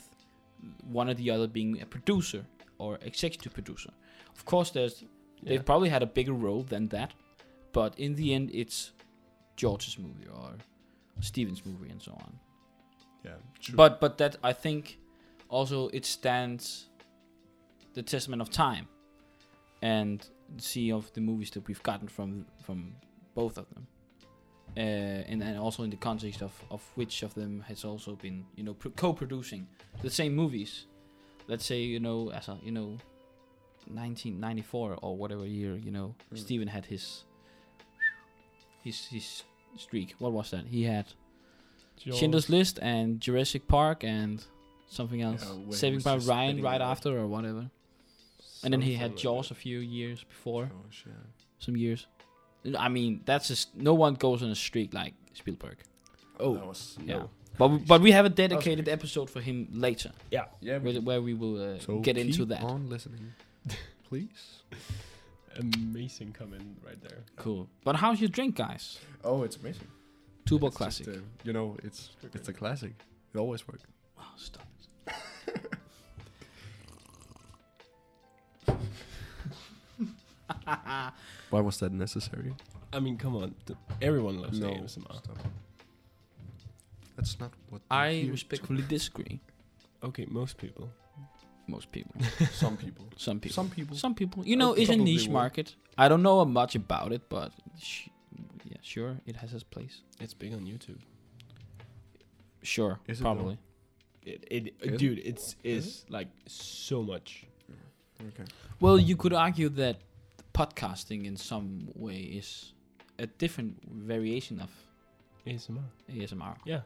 [SPEAKER 1] one or the other being a producer or executive producer. Of course, there's
[SPEAKER 3] yeah.
[SPEAKER 1] they've probably had a bigger role than that, but in the end, it's George's movie or Steven's movie and so on.
[SPEAKER 2] yeah, true.
[SPEAKER 1] But but that I think also it stands the testament of time and see of the movies that we've gotten from from both of them. Uh, and and also in the context of, of which of them has also been you know pro- co-producing the same movies. Let's say you know as a, you know 1994 or whatever year you know
[SPEAKER 2] Mm.
[SPEAKER 1] Steven had his his his streak. What was that? He had Schindler's List and Jurassic Park and something else.
[SPEAKER 2] Yeah, where he
[SPEAKER 1] Saving
[SPEAKER 2] was
[SPEAKER 1] by
[SPEAKER 2] just
[SPEAKER 1] Ryan
[SPEAKER 2] spinning
[SPEAKER 1] right
[SPEAKER 2] around.
[SPEAKER 1] after or whatever. And then he
[SPEAKER 3] Something
[SPEAKER 1] had
[SPEAKER 3] like
[SPEAKER 1] Jaws
[SPEAKER 3] that.
[SPEAKER 1] a few years
[SPEAKER 2] oh
[SPEAKER 1] before,
[SPEAKER 2] shit.
[SPEAKER 1] some years. I mean, that's just no one goes on a streak like Spielberg.
[SPEAKER 2] that was,
[SPEAKER 1] Oh, Yeah.
[SPEAKER 2] no.
[SPEAKER 1] But we, but we have a dedicated episode for him later,
[SPEAKER 2] yeah.
[SPEAKER 1] where,
[SPEAKER 2] we-
[SPEAKER 1] where we will uh,
[SPEAKER 2] So
[SPEAKER 1] get into
[SPEAKER 2] keep
[SPEAKER 1] that.
[SPEAKER 2] on listening, please.
[SPEAKER 3] amazing comment right there.
[SPEAKER 1] Cool. But how's your drink, guys?
[SPEAKER 2] Oh, it's amazing.
[SPEAKER 1] Tuborg
[SPEAKER 2] It's just,
[SPEAKER 1] Classic.
[SPEAKER 2] uh, you know, it's it's a classic. It always works.
[SPEAKER 1] Oh, stop.
[SPEAKER 2] Why was that necessary?
[SPEAKER 3] I mean, come on, th- everyone loves
[SPEAKER 2] No.
[SPEAKER 3] ASMR.
[SPEAKER 2] Stop. That's not what we're
[SPEAKER 1] I
[SPEAKER 2] here
[SPEAKER 1] respectfully disagree.
[SPEAKER 3] Okay, most people.
[SPEAKER 1] Most people.
[SPEAKER 2] to- Some people.
[SPEAKER 1] Some people.
[SPEAKER 2] Some people.
[SPEAKER 1] Some people. You know,
[SPEAKER 2] Okay.
[SPEAKER 1] it's a
[SPEAKER 2] Probably
[SPEAKER 1] niche
[SPEAKER 2] will.
[SPEAKER 1] market. I don't know much about it, but sh- yeah, sure, it has its place.
[SPEAKER 3] It's big on YouTube.
[SPEAKER 1] Sure,
[SPEAKER 2] Is it though?
[SPEAKER 1] probably.
[SPEAKER 3] It, it, uh,
[SPEAKER 2] Is-
[SPEAKER 3] dude, it's
[SPEAKER 2] is
[SPEAKER 3] is like so much.
[SPEAKER 1] Well, you could argue that podcasting in some way is a different variation of
[SPEAKER 3] ASMR.
[SPEAKER 1] ASMR.
[SPEAKER 3] Yeah.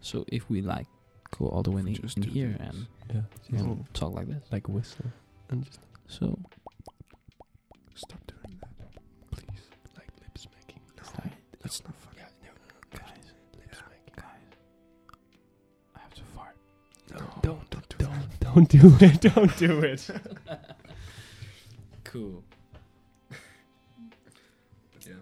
[SPEAKER 1] So if we like go all the way in,
[SPEAKER 2] Just
[SPEAKER 1] in
[SPEAKER 2] do Oh,
[SPEAKER 1] here
[SPEAKER 2] this.
[SPEAKER 1] and,
[SPEAKER 3] Yeah.
[SPEAKER 1] and talk like this,
[SPEAKER 3] Like whistle. And just
[SPEAKER 1] so
[SPEAKER 2] Stop doing that.
[SPEAKER 3] like lip smacking.
[SPEAKER 1] it's like,
[SPEAKER 2] That's not funny.
[SPEAKER 3] Yeah, no,
[SPEAKER 1] guys,
[SPEAKER 3] lip smacking.
[SPEAKER 1] guys, I have to fart.
[SPEAKER 3] don't, don't, don't, don't do it. Don't do it.
[SPEAKER 1] Cool.
[SPEAKER 2] Yeah.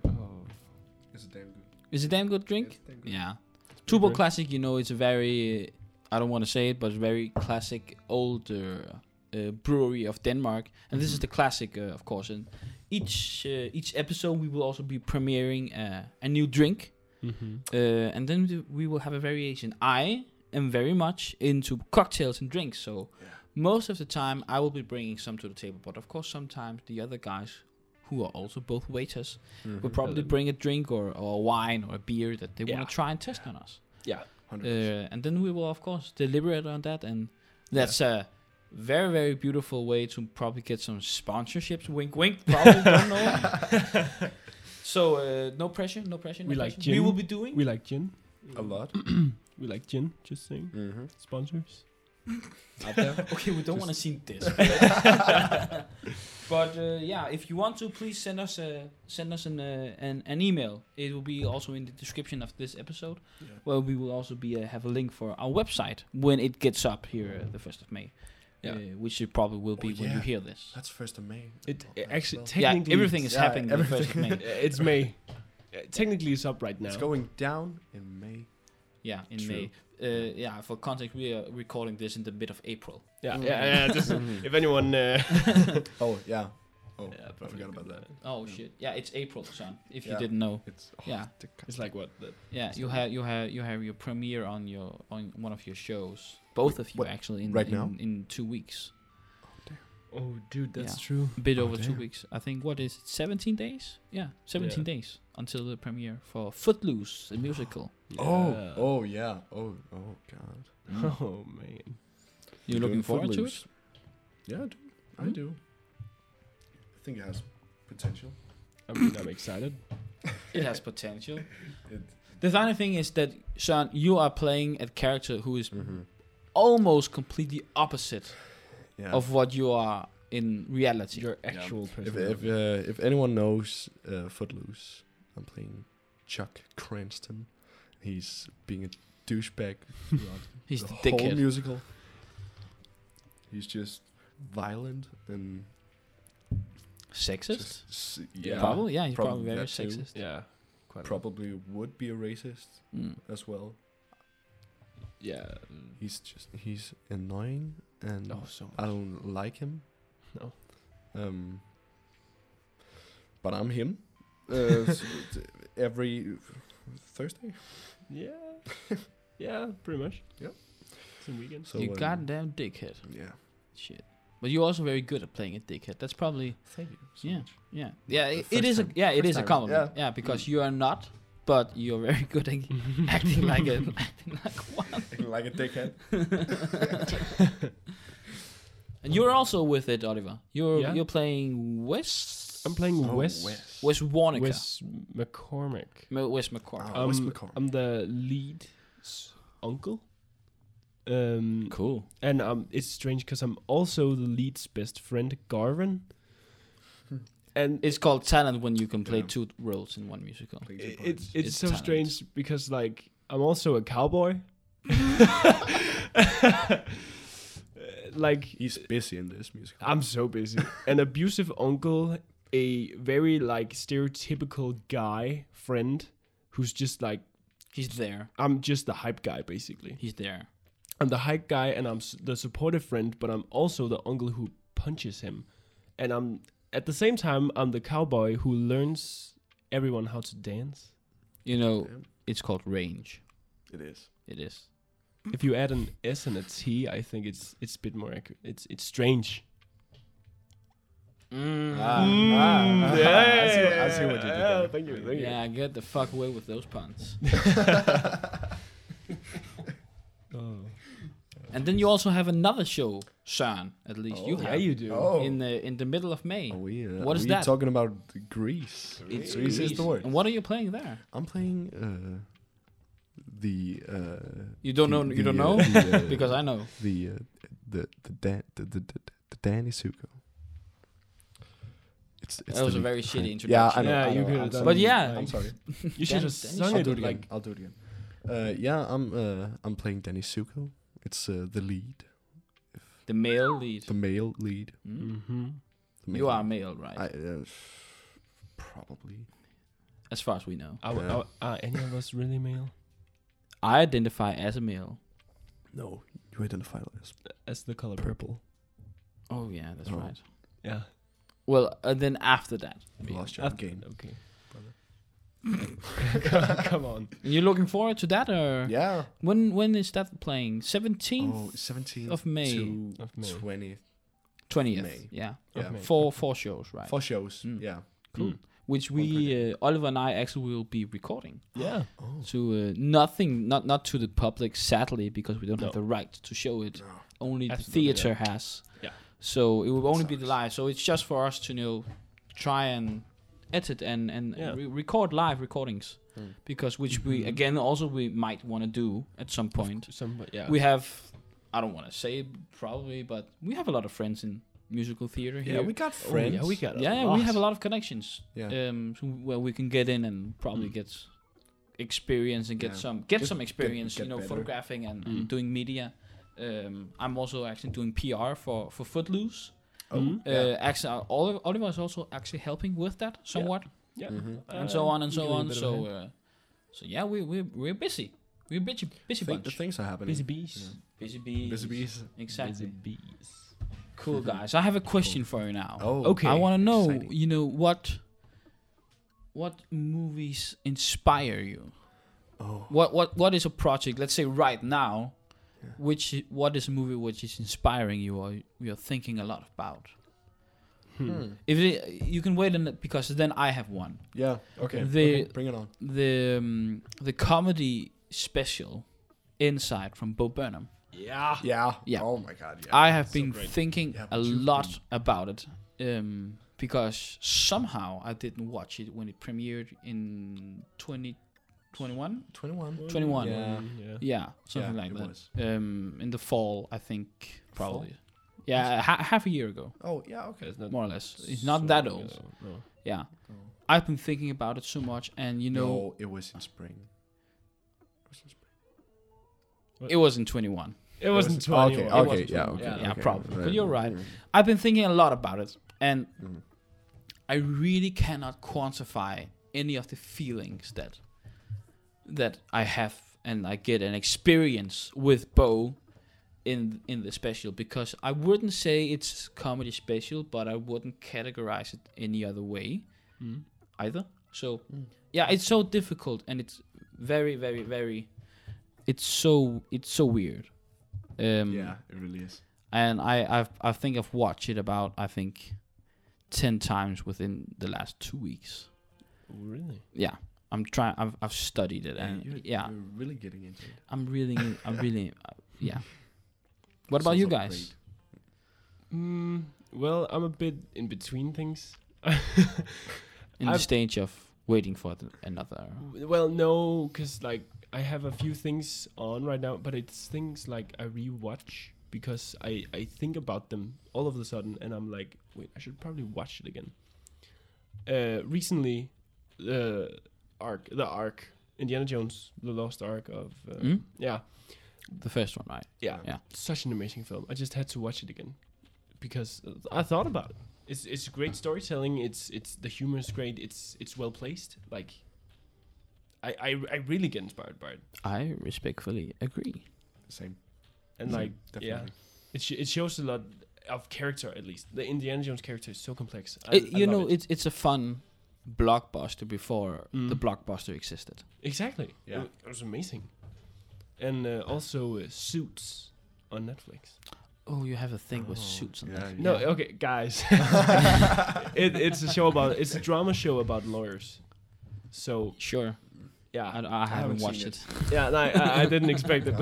[SPEAKER 2] It's a damn good
[SPEAKER 1] Is it damn good drink?
[SPEAKER 2] It's a damn good-
[SPEAKER 1] Yeah.
[SPEAKER 3] pretty
[SPEAKER 1] Tubo
[SPEAKER 3] good.
[SPEAKER 1] Classic, you know, it's a very, uh, I don't want to say it, but it's very classic older uh, brewery of Denmark. And this is the classic, uh, of course. And each uh, each episode, we will also be premiering uh, a new drink.
[SPEAKER 3] mm-hmm.
[SPEAKER 1] Uh, and then we- we will have a variation. I am very much into cocktails and drinks. So
[SPEAKER 2] Yeah.
[SPEAKER 1] most of the time, I will be bringing some to the table. But of course, sometimes the other guys, who are also both waiters,
[SPEAKER 2] Mm-hmm.
[SPEAKER 1] We'll probably
[SPEAKER 3] Hello.
[SPEAKER 1] bring a drink or, or a wine or a beer that they
[SPEAKER 3] Yeah.
[SPEAKER 1] want to try and test on us.
[SPEAKER 3] Yeah.
[SPEAKER 1] Uh,
[SPEAKER 2] 100%.
[SPEAKER 1] and then we will, of course, deliberate on that. And that's a very, very beautiful way to probably get some sponsorships. Wink, wink. Probably don't know. So uh, no pressure, no pressure. no
[SPEAKER 3] We like
[SPEAKER 1] pressure. We
[SPEAKER 3] gin.
[SPEAKER 1] will be doing.
[SPEAKER 3] We like gin.
[SPEAKER 2] uh, a lot.
[SPEAKER 3] We like gin. Just saying.
[SPEAKER 2] Mm-hmm.
[SPEAKER 3] Sponsors.
[SPEAKER 1] okay, we don't want to see this. but uh, yeah, if you want to, please send us a send us an, uh, an an email. It will be also in the description of this episode.
[SPEAKER 2] Yeah.
[SPEAKER 1] Well, we will also be uh, have a link for our website when it gets up here uh, the first of May,
[SPEAKER 3] Yeah.
[SPEAKER 1] uh, which it probably will be
[SPEAKER 2] Oh,
[SPEAKER 1] when you
[SPEAKER 2] yeah.
[SPEAKER 1] hear this.
[SPEAKER 2] That's first of May.
[SPEAKER 3] It
[SPEAKER 2] Oh, that's
[SPEAKER 3] actually
[SPEAKER 2] well.
[SPEAKER 1] Yeah,
[SPEAKER 3] technically
[SPEAKER 1] everything is
[SPEAKER 2] Yeah,
[SPEAKER 1] happening the first of May.
[SPEAKER 3] Uh, It's May. Uh, Technically, it's up right now.
[SPEAKER 2] It's going down in May.
[SPEAKER 1] Yeah, in
[SPEAKER 2] True.
[SPEAKER 1] May. Uh, yeah, for context, we are recording this in the mid of April.
[SPEAKER 3] Yeah, yeah, yeah. Just
[SPEAKER 2] Mm-hmm.
[SPEAKER 3] if anyone. Uh,
[SPEAKER 2] Oh yeah. Oh,
[SPEAKER 3] Yeah,
[SPEAKER 2] I
[SPEAKER 3] probably
[SPEAKER 2] forgot about
[SPEAKER 3] good.
[SPEAKER 2] that.
[SPEAKER 1] Oh
[SPEAKER 2] Yeah.
[SPEAKER 1] shit! Yeah, it's April, son. If you
[SPEAKER 2] Yeah.
[SPEAKER 1] didn't know.
[SPEAKER 2] It's
[SPEAKER 1] Yeah.
[SPEAKER 3] It's like what? The,
[SPEAKER 1] Yeah, you
[SPEAKER 3] So-
[SPEAKER 1] have you have you have your premiere on your on one of your shows. Both of you
[SPEAKER 2] what,
[SPEAKER 1] actually in
[SPEAKER 2] right
[SPEAKER 1] in,
[SPEAKER 2] now?
[SPEAKER 1] in two weeks,
[SPEAKER 3] oh, dude, that's
[SPEAKER 1] Yeah.
[SPEAKER 3] true.
[SPEAKER 1] a bit
[SPEAKER 2] Oh,
[SPEAKER 1] over two
[SPEAKER 2] damn.
[SPEAKER 1] weeks. I think what is it, seventeen days? Yeah, seventeen days until the premiere for Footloose, the musical.
[SPEAKER 2] Oh
[SPEAKER 3] Yeah.
[SPEAKER 2] oh yeah. Oh oh god.
[SPEAKER 1] Mm.
[SPEAKER 3] Oh man.
[SPEAKER 1] You're looking forward to it.
[SPEAKER 2] to it? Yeah, I do. I
[SPEAKER 1] Hmm?
[SPEAKER 2] do. I think it has potential.
[SPEAKER 3] I mean, I'm excited.
[SPEAKER 1] It has potential.
[SPEAKER 2] It-
[SPEAKER 1] The funny thing is that Sean, you are playing a character who is
[SPEAKER 2] Mm-hmm.
[SPEAKER 1] almost completely opposite
[SPEAKER 2] Yeah.
[SPEAKER 1] of what you are in reality.
[SPEAKER 3] Your actual
[SPEAKER 2] if
[SPEAKER 3] person.
[SPEAKER 2] if, uh, if anyone knows uh, Footloose, I'm playing Chuck Cranston. He's being a douchebag throughout
[SPEAKER 1] He's the,
[SPEAKER 2] whole
[SPEAKER 1] dickhead.
[SPEAKER 2] musical. He's just violent and
[SPEAKER 1] sexist.
[SPEAKER 2] just s- yeah,
[SPEAKER 1] Probably, yeah, he's
[SPEAKER 2] Probably
[SPEAKER 1] probably, very
[SPEAKER 2] that too.
[SPEAKER 1] sexist.
[SPEAKER 3] yeah. Quite. a lot.
[SPEAKER 2] probably would be a racist
[SPEAKER 1] Mm.
[SPEAKER 2] as well.
[SPEAKER 3] yeah.
[SPEAKER 2] He's just he's annoying and
[SPEAKER 1] Oh.
[SPEAKER 3] No, so
[SPEAKER 1] Uh,
[SPEAKER 3] much.
[SPEAKER 2] I don't like him.
[SPEAKER 3] No.
[SPEAKER 2] Um. But I'm him. Uh, s- t- every Thursday.
[SPEAKER 3] Yeah. yeah. Pretty much.
[SPEAKER 2] Yep.
[SPEAKER 3] It's a weekend.
[SPEAKER 2] So
[SPEAKER 1] you
[SPEAKER 2] um,
[SPEAKER 1] goddamn dickhead.
[SPEAKER 2] Yeah.
[SPEAKER 1] Shit. But you're also very good at playing a dickhead. That's probably
[SPEAKER 2] Thank you. so
[SPEAKER 1] yeah,
[SPEAKER 2] much.
[SPEAKER 1] yeah, yeah.
[SPEAKER 2] The
[SPEAKER 1] It, it
[SPEAKER 2] first
[SPEAKER 1] is a
[SPEAKER 2] time.
[SPEAKER 1] yeah, it
[SPEAKER 2] First
[SPEAKER 1] is a
[SPEAKER 2] time. Mm.
[SPEAKER 1] compliment. Yeah, because you are not, but you're very good at acting like it.
[SPEAKER 2] like a dickhead.
[SPEAKER 1] And you're also with it, Oliver. You're
[SPEAKER 3] Yeah.
[SPEAKER 1] you're playing West.
[SPEAKER 3] I'm playing
[SPEAKER 2] Oh,
[SPEAKER 3] Wes.
[SPEAKER 2] Wes.
[SPEAKER 1] Wes Warnica. West,
[SPEAKER 3] Wes McCormick.
[SPEAKER 1] West McCormick.
[SPEAKER 2] Oh, Wes
[SPEAKER 3] Um,
[SPEAKER 2] McCormick.
[SPEAKER 3] I'm the lead uncle. Um,
[SPEAKER 1] Cool.
[SPEAKER 3] and um, it's strange because I'm also the lead's best friend, Garvin. And
[SPEAKER 1] It's called talent when you can play
[SPEAKER 2] Yeah.
[SPEAKER 1] two roles in one musical.
[SPEAKER 2] Please
[SPEAKER 3] it,
[SPEAKER 2] apologize.
[SPEAKER 3] it's, it's
[SPEAKER 1] It's
[SPEAKER 3] so
[SPEAKER 1] talent.
[SPEAKER 3] strange because like I'm also a cowboy. like
[SPEAKER 2] He's busy in this music.
[SPEAKER 3] I'm so busy. An abusive uncle, a very like stereotypical guy friend who's just like
[SPEAKER 1] He's there.
[SPEAKER 3] I'm just the hype guy basically.
[SPEAKER 1] He's there.
[SPEAKER 3] I'm the hype guy and I'm s- the supportive friend, but I'm also the uncle who punches him. And I'm at the same time I'm the cowboy who learns everyone how to dance.
[SPEAKER 1] You know,
[SPEAKER 2] Damn.
[SPEAKER 1] it's called range.
[SPEAKER 2] It is.
[SPEAKER 1] It is.
[SPEAKER 3] If you add an S and a T, I think it's it's a bit more accurate. It's it's strange.
[SPEAKER 2] Ah, ah, I see what- I see what you did
[SPEAKER 3] yeah,
[SPEAKER 2] there.
[SPEAKER 3] Thank you. Thank you.
[SPEAKER 1] Mm. Yeah, get the fuck away with those puns. and then you also have another show, Sean. At least you
[SPEAKER 2] Oh.
[SPEAKER 1] have
[SPEAKER 3] Yeah, you do.
[SPEAKER 2] Oh.
[SPEAKER 1] in the in the middle of May.
[SPEAKER 2] Are we, uh,
[SPEAKER 1] What
[SPEAKER 2] are
[SPEAKER 1] is
[SPEAKER 2] we
[SPEAKER 1] that?
[SPEAKER 2] talking about the Greece.
[SPEAKER 1] It's
[SPEAKER 2] Greece is
[SPEAKER 1] Greece.
[SPEAKER 2] the word.
[SPEAKER 1] And what are you playing there?
[SPEAKER 2] I'm playing uh, the. Uh,
[SPEAKER 1] You don't
[SPEAKER 2] the-
[SPEAKER 1] know. You don't
[SPEAKER 2] the,
[SPEAKER 1] know
[SPEAKER 2] uh, the, uh,
[SPEAKER 1] because I know.
[SPEAKER 2] the uh, the the Dan the the, the, the Danny Suko. It's,
[SPEAKER 1] That was
[SPEAKER 2] the
[SPEAKER 1] a
[SPEAKER 2] lead
[SPEAKER 1] very
[SPEAKER 2] behind-
[SPEAKER 1] shitty
[SPEAKER 2] Yeah, I
[SPEAKER 1] introduction.
[SPEAKER 2] know.
[SPEAKER 3] Yeah,
[SPEAKER 2] I
[SPEAKER 3] you
[SPEAKER 2] know,
[SPEAKER 3] could
[SPEAKER 2] I'm
[SPEAKER 3] have done.
[SPEAKER 2] sorry.
[SPEAKER 1] But yeah,
[SPEAKER 3] like-
[SPEAKER 2] I'm sorry.
[SPEAKER 3] You should
[SPEAKER 1] Dan-
[SPEAKER 3] have
[SPEAKER 1] Danish
[SPEAKER 3] sung
[SPEAKER 2] I'll
[SPEAKER 3] it
[SPEAKER 2] do it again.
[SPEAKER 3] like
[SPEAKER 2] I'll do it again. Uh, yeah, I'm uh, I'm playing Danny Suko. It's uh, the lead,
[SPEAKER 1] The male lead.
[SPEAKER 2] the male lead.
[SPEAKER 1] Mm?
[SPEAKER 3] mm-hmm.
[SPEAKER 2] The
[SPEAKER 1] You
[SPEAKER 2] male-
[SPEAKER 1] are male, right?
[SPEAKER 2] I, uh, probably.
[SPEAKER 1] as far as we know,
[SPEAKER 3] Are,
[SPEAKER 2] Yeah.
[SPEAKER 3] are, are any of us really male?
[SPEAKER 1] I identify as a male.
[SPEAKER 2] No, you identify as
[SPEAKER 3] As the color purple.
[SPEAKER 1] Oh yeah, that's
[SPEAKER 2] Oh.
[SPEAKER 1] right.
[SPEAKER 3] Yeah.
[SPEAKER 1] Well, and then after that,
[SPEAKER 2] you lost
[SPEAKER 1] Uh,
[SPEAKER 2] your
[SPEAKER 3] After-
[SPEAKER 2] game.
[SPEAKER 3] Okay. Brother. Come on.
[SPEAKER 1] you looking forward to that, or
[SPEAKER 2] Yeah.
[SPEAKER 1] when when is that playing?
[SPEAKER 2] Oh,
[SPEAKER 1] Seventeenth,
[SPEAKER 2] 17th
[SPEAKER 1] of May.
[SPEAKER 2] to
[SPEAKER 3] Of May.
[SPEAKER 2] 20th.
[SPEAKER 1] twentieth.
[SPEAKER 2] May.
[SPEAKER 1] Yeah,
[SPEAKER 2] Yeah.
[SPEAKER 3] May.
[SPEAKER 1] four four shows, right?
[SPEAKER 2] Four shows.
[SPEAKER 1] Mm.
[SPEAKER 2] Yeah.
[SPEAKER 1] Cool.
[SPEAKER 3] Mm.
[SPEAKER 1] Which
[SPEAKER 2] One per
[SPEAKER 1] we uh, Oliver and I actually will be recording.
[SPEAKER 3] Yeah.
[SPEAKER 2] Oh.
[SPEAKER 1] to uh, nothing, not not to the public, sadly, because we don't
[SPEAKER 3] No.
[SPEAKER 1] have the right to show it.
[SPEAKER 2] No.
[SPEAKER 1] Only
[SPEAKER 3] Absolutely,
[SPEAKER 1] the theater has.
[SPEAKER 3] Yeah.
[SPEAKER 1] So it will only be the
[SPEAKER 2] sucks.
[SPEAKER 1] live. So it's just for us to you know, try and edit and and
[SPEAKER 3] Yeah.
[SPEAKER 1] re- record live recordings,
[SPEAKER 2] Mm.
[SPEAKER 1] because which we
[SPEAKER 3] Mhm.
[SPEAKER 1] again also we might want to do at some point.
[SPEAKER 3] Some, yeah.
[SPEAKER 1] We have, I don't want to say probably, but we have a lot of friends in musical theater here.
[SPEAKER 2] Yeah, we got
[SPEAKER 3] Oh, yeah,
[SPEAKER 2] friends.
[SPEAKER 3] we got.
[SPEAKER 1] yeah, yeah,
[SPEAKER 3] lot.
[SPEAKER 1] we have a lot of connections
[SPEAKER 2] Yeah.
[SPEAKER 1] um, so where we can get in and probably
[SPEAKER 3] Mm.
[SPEAKER 1] get experience and get
[SPEAKER 2] Yeah.
[SPEAKER 1] some get
[SPEAKER 2] Just
[SPEAKER 1] some experience,
[SPEAKER 2] get
[SPEAKER 1] you know,
[SPEAKER 2] better.
[SPEAKER 1] photographing and,
[SPEAKER 3] Mm.
[SPEAKER 1] and doing media. Um, I'm also actually doing PR for for Footloose.
[SPEAKER 2] Oh,
[SPEAKER 3] Mhm.
[SPEAKER 2] yeah.
[SPEAKER 1] Uh, actually, uh, Oli- Oliver is also actually helping with that somewhat,
[SPEAKER 3] Yeah.
[SPEAKER 2] Mhm.
[SPEAKER 1] and so on
[SPEAKER 3] Uh,
[SPEAKER 1] and so
[SPEAKER 3] giving a
[SPEAKER 1] on.
[SPEAKER 3] bit of
[SPEAKER 1] So,
[SPEAKER 3] a
[SPEAKER 1] uh, so yeah, we we we're busy. We're busy, busy
[SPEAKER 2] Think the
[SPEAKER 1] bunch.
[SPEAKER 2] things are happening.
[SPEAKER 3] busy bees.
[SPEAKER 1] Busy bees.
[SPEAKER 2] Busy bees.
[SPEAKER 1] Exactly.
[SPEAKER 3] Busy bees.
[SPEAKER 1] Cool guys. I have a question for you now.
[SPEAKER 2] Oh,
[SPEAKER 3] Okay.
[SPEAKER 1] I want to know,
[SPEAKER 2] Exciting.
[SPEAKER 1] you know, what what movies inspire you?
[SPEAKER 2] Oh,
[SPEAKER 1] What what what is a project? Let's say right now,
[SPEAKER 2] Yeah.
[SPEAKER 1] which i- what is a movie which is inspiring you or you're thinking a lot about?
[SPEAKER 3] Hmm.
[SPEAKER 1] If it, you can wait in because then I have one.
[SPEAKER 2] yeah. Okay.
[SPEAKER 1] The-
[SPEAKER 2] okay, Bring it on.
[SPEAKER 1] The um, the comedy special Inside from Bo Burnham.
[SPEAKER 3] Yeah.
[SPEAKER 2] Yeah.
[SPEAKER 1] Yeah.
[SPEAKER 2] Oh my God. Yeah.
[SPEAKER 1] I have
[SPEAKER 3] so
[SPEAKER 1] been
[SPEAKER 3] great.
[SPEAKER 1] thinking
[SPEAKER 2] Yeah,
[SPEAKER 1] a
[SPEAKER 2] but you-
[SPEAKER 1] lot about it um, because somehow I didn't watch it when it premiered in 2021.
[SPEAKER 2] 21.
[SPEAKER 1] 21.
[SPEAKER 2] Yeah.
[SPEAKER 3] Yeah.
[SPEAKER 1] Yeah, something
[SPEAKER 2] Yeah,
[SPEAKER 1] like
[SPEAKER 2] it
[SPEAKER 1] that.
[SPEAKER 2] was.
[SPEAKER 1] Um, in the fall, I think
[SPEAKER 2] Fall?
[SPEAKER 1] probably. Yeah, ha- half a year ago,
[SPEAKER 2] Oh yeah. Okay.
[SPEAKER 3] It's not
[SPEAKER 1] more or less. It's not that old.
[SPEAKER 3] No.
[SPEAKER 1] Yeah,
[SPEAKER 2] Oh.
[SPEAKER 1] I've been thinking about it so much, and you know,
[SPEAKER 2] No, it was in spring. It was in spring.
[SPEAKER 1] it was in 21.
[SPEAKER 3] It wasn't
[SPEAKER 2] was- okay,
[SPEAKER 3] 21. It
[SPEAKER 2] okay,
[SPEAKER 3] wasn't
[SPEAKER 2] yeah,
[SPEAKER 3] 21.
[SPEAKER 2] okay,
[SPEAKER 1] Yeah,
[SPEAKER 2] okay.
[SPEAKER 1] probably. But
[SPEAKER 2] Right.
[SPEAKER 1] you're right.
[SPEAKER 2] Mm.
[SPEAKER 1] I've been thinking a lot about it, and
[SPEAKER 2] Mm.
[SPEAKER 1] I really cannot quantify any of the feelings that that I have and I get an experience with Bo in in the special because I wouldn't say it's comedy special, but I wouldn't categorize it any other way
[SPEAKER 3] Mm.
[SPEAKER 1] either. So
[SPEAKER 2] Mm.
[SPEAKER 1] yeah, it's so difficult and it's very, very, very it's so it's so weird. Um
[SPEAKER 2] Yeah, it really is.
[SPEAKER 1] and I I've, I think I've watched it about I think ten times within the last two weeks.
[SPEAKER 3] Really?
[SPEAKER 1] Yeah, I'm trying. I've I've studied it,
[SPEAKER 2] Yeah,
[SPEAKER 1] and
[SPEAKER 2] you're,
[SPEAKER 1] uh, yeah,
[SPEAKER 2] you're really getting into it.
[SPEAKER 1] I'm really I'm really uh, yeah.
[SPEAKER 2] Sounds
[SPEAKER 1] What about you
[SPEAKER 2] like
[SPEAKER 1] guys?
[SPEAKER 2] great.
[SPEAKER 3] Mm, well, I'm a bit in between things.
[SPEAKER 1] In the
[SPEAKER 3] I've-
[SPEAKER 1] stage of waiting for the, another.
[SPEAKER 3] Well, no, because like I have a few things on right now, but it's things like I rewatch because I I think about them all of a sudden, and I'm like, wait, I should probably watch it again. Uh, recently, the uh, arc, the arc, Indiana Jones, the Lost Ark of, uh,
[SPEAKER 1] Mm?
[SPEAKER 3] yeah,
[SPEAKER 1] The first one, right?
[SPEAKER 3] yeah,
[SPEAKER 1] Yeah.
[SPEAKER 3] such an amazing film. I just had to watch it again because I thought about it. It's it's great storytelling. It's it's the humor is great. It's it's well placed. Like, I I, I really get inspired by it.
[SPEAKER 1] I respectfully agree.
[SPEAKER 2] Same.
[SPEAKER 1] Mm-hmm.
[SPEAKER 3] And
[SPEAKER 2] same,
[SPEAKER 3] like, yeah, it sh- it shows a lot of character at least. The Indiana Jones character is so complex. I,
[SPEAKER 1] It-
[SPEAKER 3] I
[SPEAKER 1] you
[SPEAKER 3] love
[SPEAKER 1] know,
[SPEAKER 3] it.
[SPEAKER 1] it's it's a fun blockbuster before
[SPEAKER 3] Mm.
[SPEAKER 1] the blockbuster existed.
[SPEAKER 3] exactly.
[SPEAKER 2] Yeah.
[SPEAKER 3] It, wa- it was amazing. And uh, also uh, Suits on Netflix.
[SPEAKER 1] Oh, you have a thing with
[SPEAKER 2] Oh,
[SPEAKER 1] suits on
[SPEAKER 2] yeah,
[SPEAKER 1] that.
[SPEAKER 2] yeah.
[SPEAKER 3] No, okay, guys. it, it's a show about it's a drama show about lawyers. So
[SPEAKER 1] Sure. I,
[SPEAKER 3] yeah,
[SPEAKER 1] I, haven't
[SPEAKER 2] haven't
[SPEAKER 1] watched
[SPEAKER 2] seen
[SPEAKER 1] it.
[SPEAKER 3] yeah, no, I, I, I didn't expect it.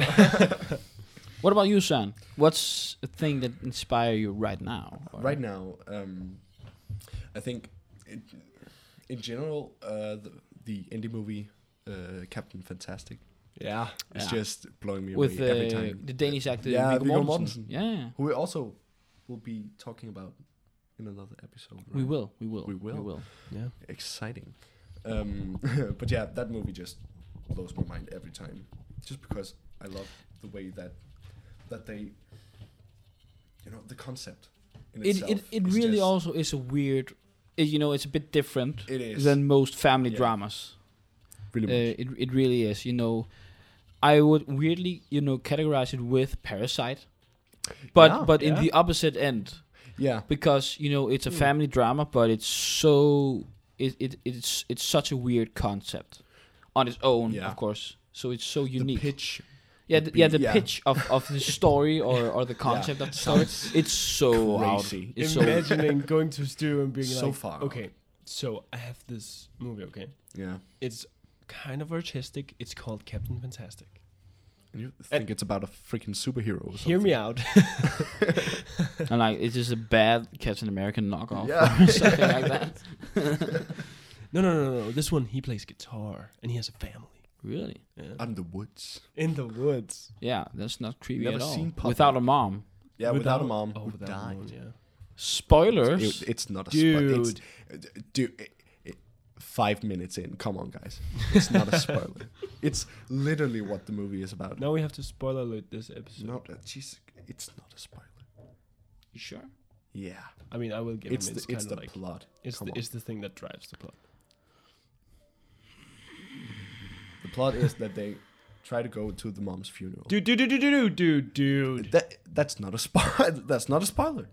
[SPEAKER 1] What about you, Sean? What's a thing that inspire you right now? Or-
[SPEAKER 2] Right now, um, I think it, in general, uh, the, the indie movie uh, Captain Fantastic
[SPEAKER 3] yeah,
[SPEAKER 2] is
[SPEAKER 1] Yeah.
[SPEAKER 2] just blowing me
[SPEAKER 1] with
[SPEAKER 2] away every
[SPEAKER 1] uh,
[SPEAKER 2] time.
[SPEAKER 1] the Danish actor
[SPEAKER 2] Yeah,
[SPEAKER 1] Viggo
[SPEAKER 2] Viggo
[SPEAKER 1] Mortensen.
[SPEAKER 2] Mortensen.
[SPEAKER 1] Yeah,
[SPEAKER 2] Who we also will be talking about in another episode.
[SPEAKER 1] we
[SPEAKER 2] right?
[SPEAKER 1] will, we will,
[SPEAKER 2] We
[SPEAKER 1] We
[SPEAKER 2] will.
[SPEAKER 1] will.
[SPEAKER 3] yeah.
[SPEAKER 2] exciting. Um, but yeah, that movie just blows my mind every time, just because I love the way that that they, you know, the concept. In
[SPEAKER 1] It
[SPEAKER 2] itself
[SPEAKER 1] it, it
[SPEAKER 2] is
[SPEAKER 1] really
[SPEAKER 2] just-
[SPEAKER 1] also is a weird. It, you know, it's a bit different
[SPEAKER 2] It is
[SPEAKER 1] than most family
[SPEAKER 2] Yeah.
[SPEAKER 1] dramas.
[SPEAKER 2] really
[SPEAKER 1] Uh, it it really is. You know, I would weirdly you know categorize it with Parasite, but
[SPEAKER 2] Yeah,
[SPEAKER 1] but in
[SPEAKER 3] yeah.
[SPEAKER 1] the opposite end
[SPEAKER 2] yeah,
[SPEAKER 1] because you know it's a
[SPEAKER 3] Hmm.
[SPEAKER 1] family drama, but it's so it, it it's it's such a weird concept on its own,
[SPEAKER 2] Yeah.
[SPEAKER 1] of course. So it's so unique.
[SPEAKER 2] The pitch
[SPEAKER 1] yeah,
[SPEAKER 2] would
[SPEAKER 1] the, yeah,
[SPEAKER 2] be-
[SPEAKER 1] the
[SPEAKER 2] yeah.
[SPEAKER 1] pitch of, of the story or, or the concept of the story.
[SPEAKER 2] sounds
[SPEAKER 1] It's so
[SPEAKER 2] crazy.
[SPEAKER 1] out. It's so
[SPEAKER 3] Imagining going to Stu and being
[SPEAKER 2] so
[SPEAKER 3] like,
[SPEAKER 2] far.
[SPEAKER 3] okay, so I have this movie. Okay,
[SPEAKER 2] Yeah,
[SPEAKER 3] it's kind of artistic. It's called Captain Fantastic.
[SPEAKER 2] and you think it's about a freaking superhero. Or
[SPEAKER 3] Hear me out.
[SPEAKER 1] and like it's just a bad Captain American knockoff
[SPEAKER 2] Yeah.
[SPEAKER 1] or something like that.
[SPEAKER 3] No, no, no, no. This one, he plays guitar and he has a family.
[SPEAKER 1] Really?
[SPEAKER 3] Yeah.
[SPEAKER 2] out in the woods.
[SPEAKER 3] In the woods.
[SPEAKER 1] Yeah, that's not creepy
[SPEAKER 2] Never
[SPEAKER 1] at all.
[SPEAKER 2] seen Pop
[SPEAKER 1] Without
[SPEAKER 2] Up.
[SPEAKER 1] a mom.
[SPEAKER 2] Yeah, without, a mom
[SPEAKER 3] Oh,
[SPEAKER 2] who
[SPEAKER 3] without
[SPEAKER 2] died.
[SPEAKER 3] a mom, yeah.
[SPEAKER 1] Spoilers.
[SPEAKER 2] It- it's not a spoiler.
[SPEAKER 3] Dude.
[SPEAKER 2] dude, it, it, five minutes in. Come on, guys. It's not a spoiler. it's literally what the movie is about.
[SPEAKER 3] Now we have to spoiler alert this episode.
[SPEAKER 2] no, uh, jeez, it's not a spoiler.
[SPEAKER 1] you sure?
[SPEAKER 2] Yeah,
[SPEAKER 3] I mean, I will give
[SPEAKER 2] it's
[SPEAKER 3] him.
[SPEAKER 2] the,
[SPEAKER 3] It's,
[SPEAKER 2] it's
[SPEAKER 3] kind
[SPEAKER 2] the
[SPEAKER 3] of like
[SPEAKER 2] plot.
[SPEAKER 3] it's
[SPEAKER 2] Come
[SPEAKER 3] the,
[SPEAKER 2] on.
[SPEAKER 3] it's the thing that drives the plot.
[SPEAKER 2] The plot is that they try to go to the mom's funeral.
[SPEAKER 3] Dude, dude, dude, dude, dude, dude, dude.
[SPEAKER 2] that that's not a spoiler. That's not a spoiler.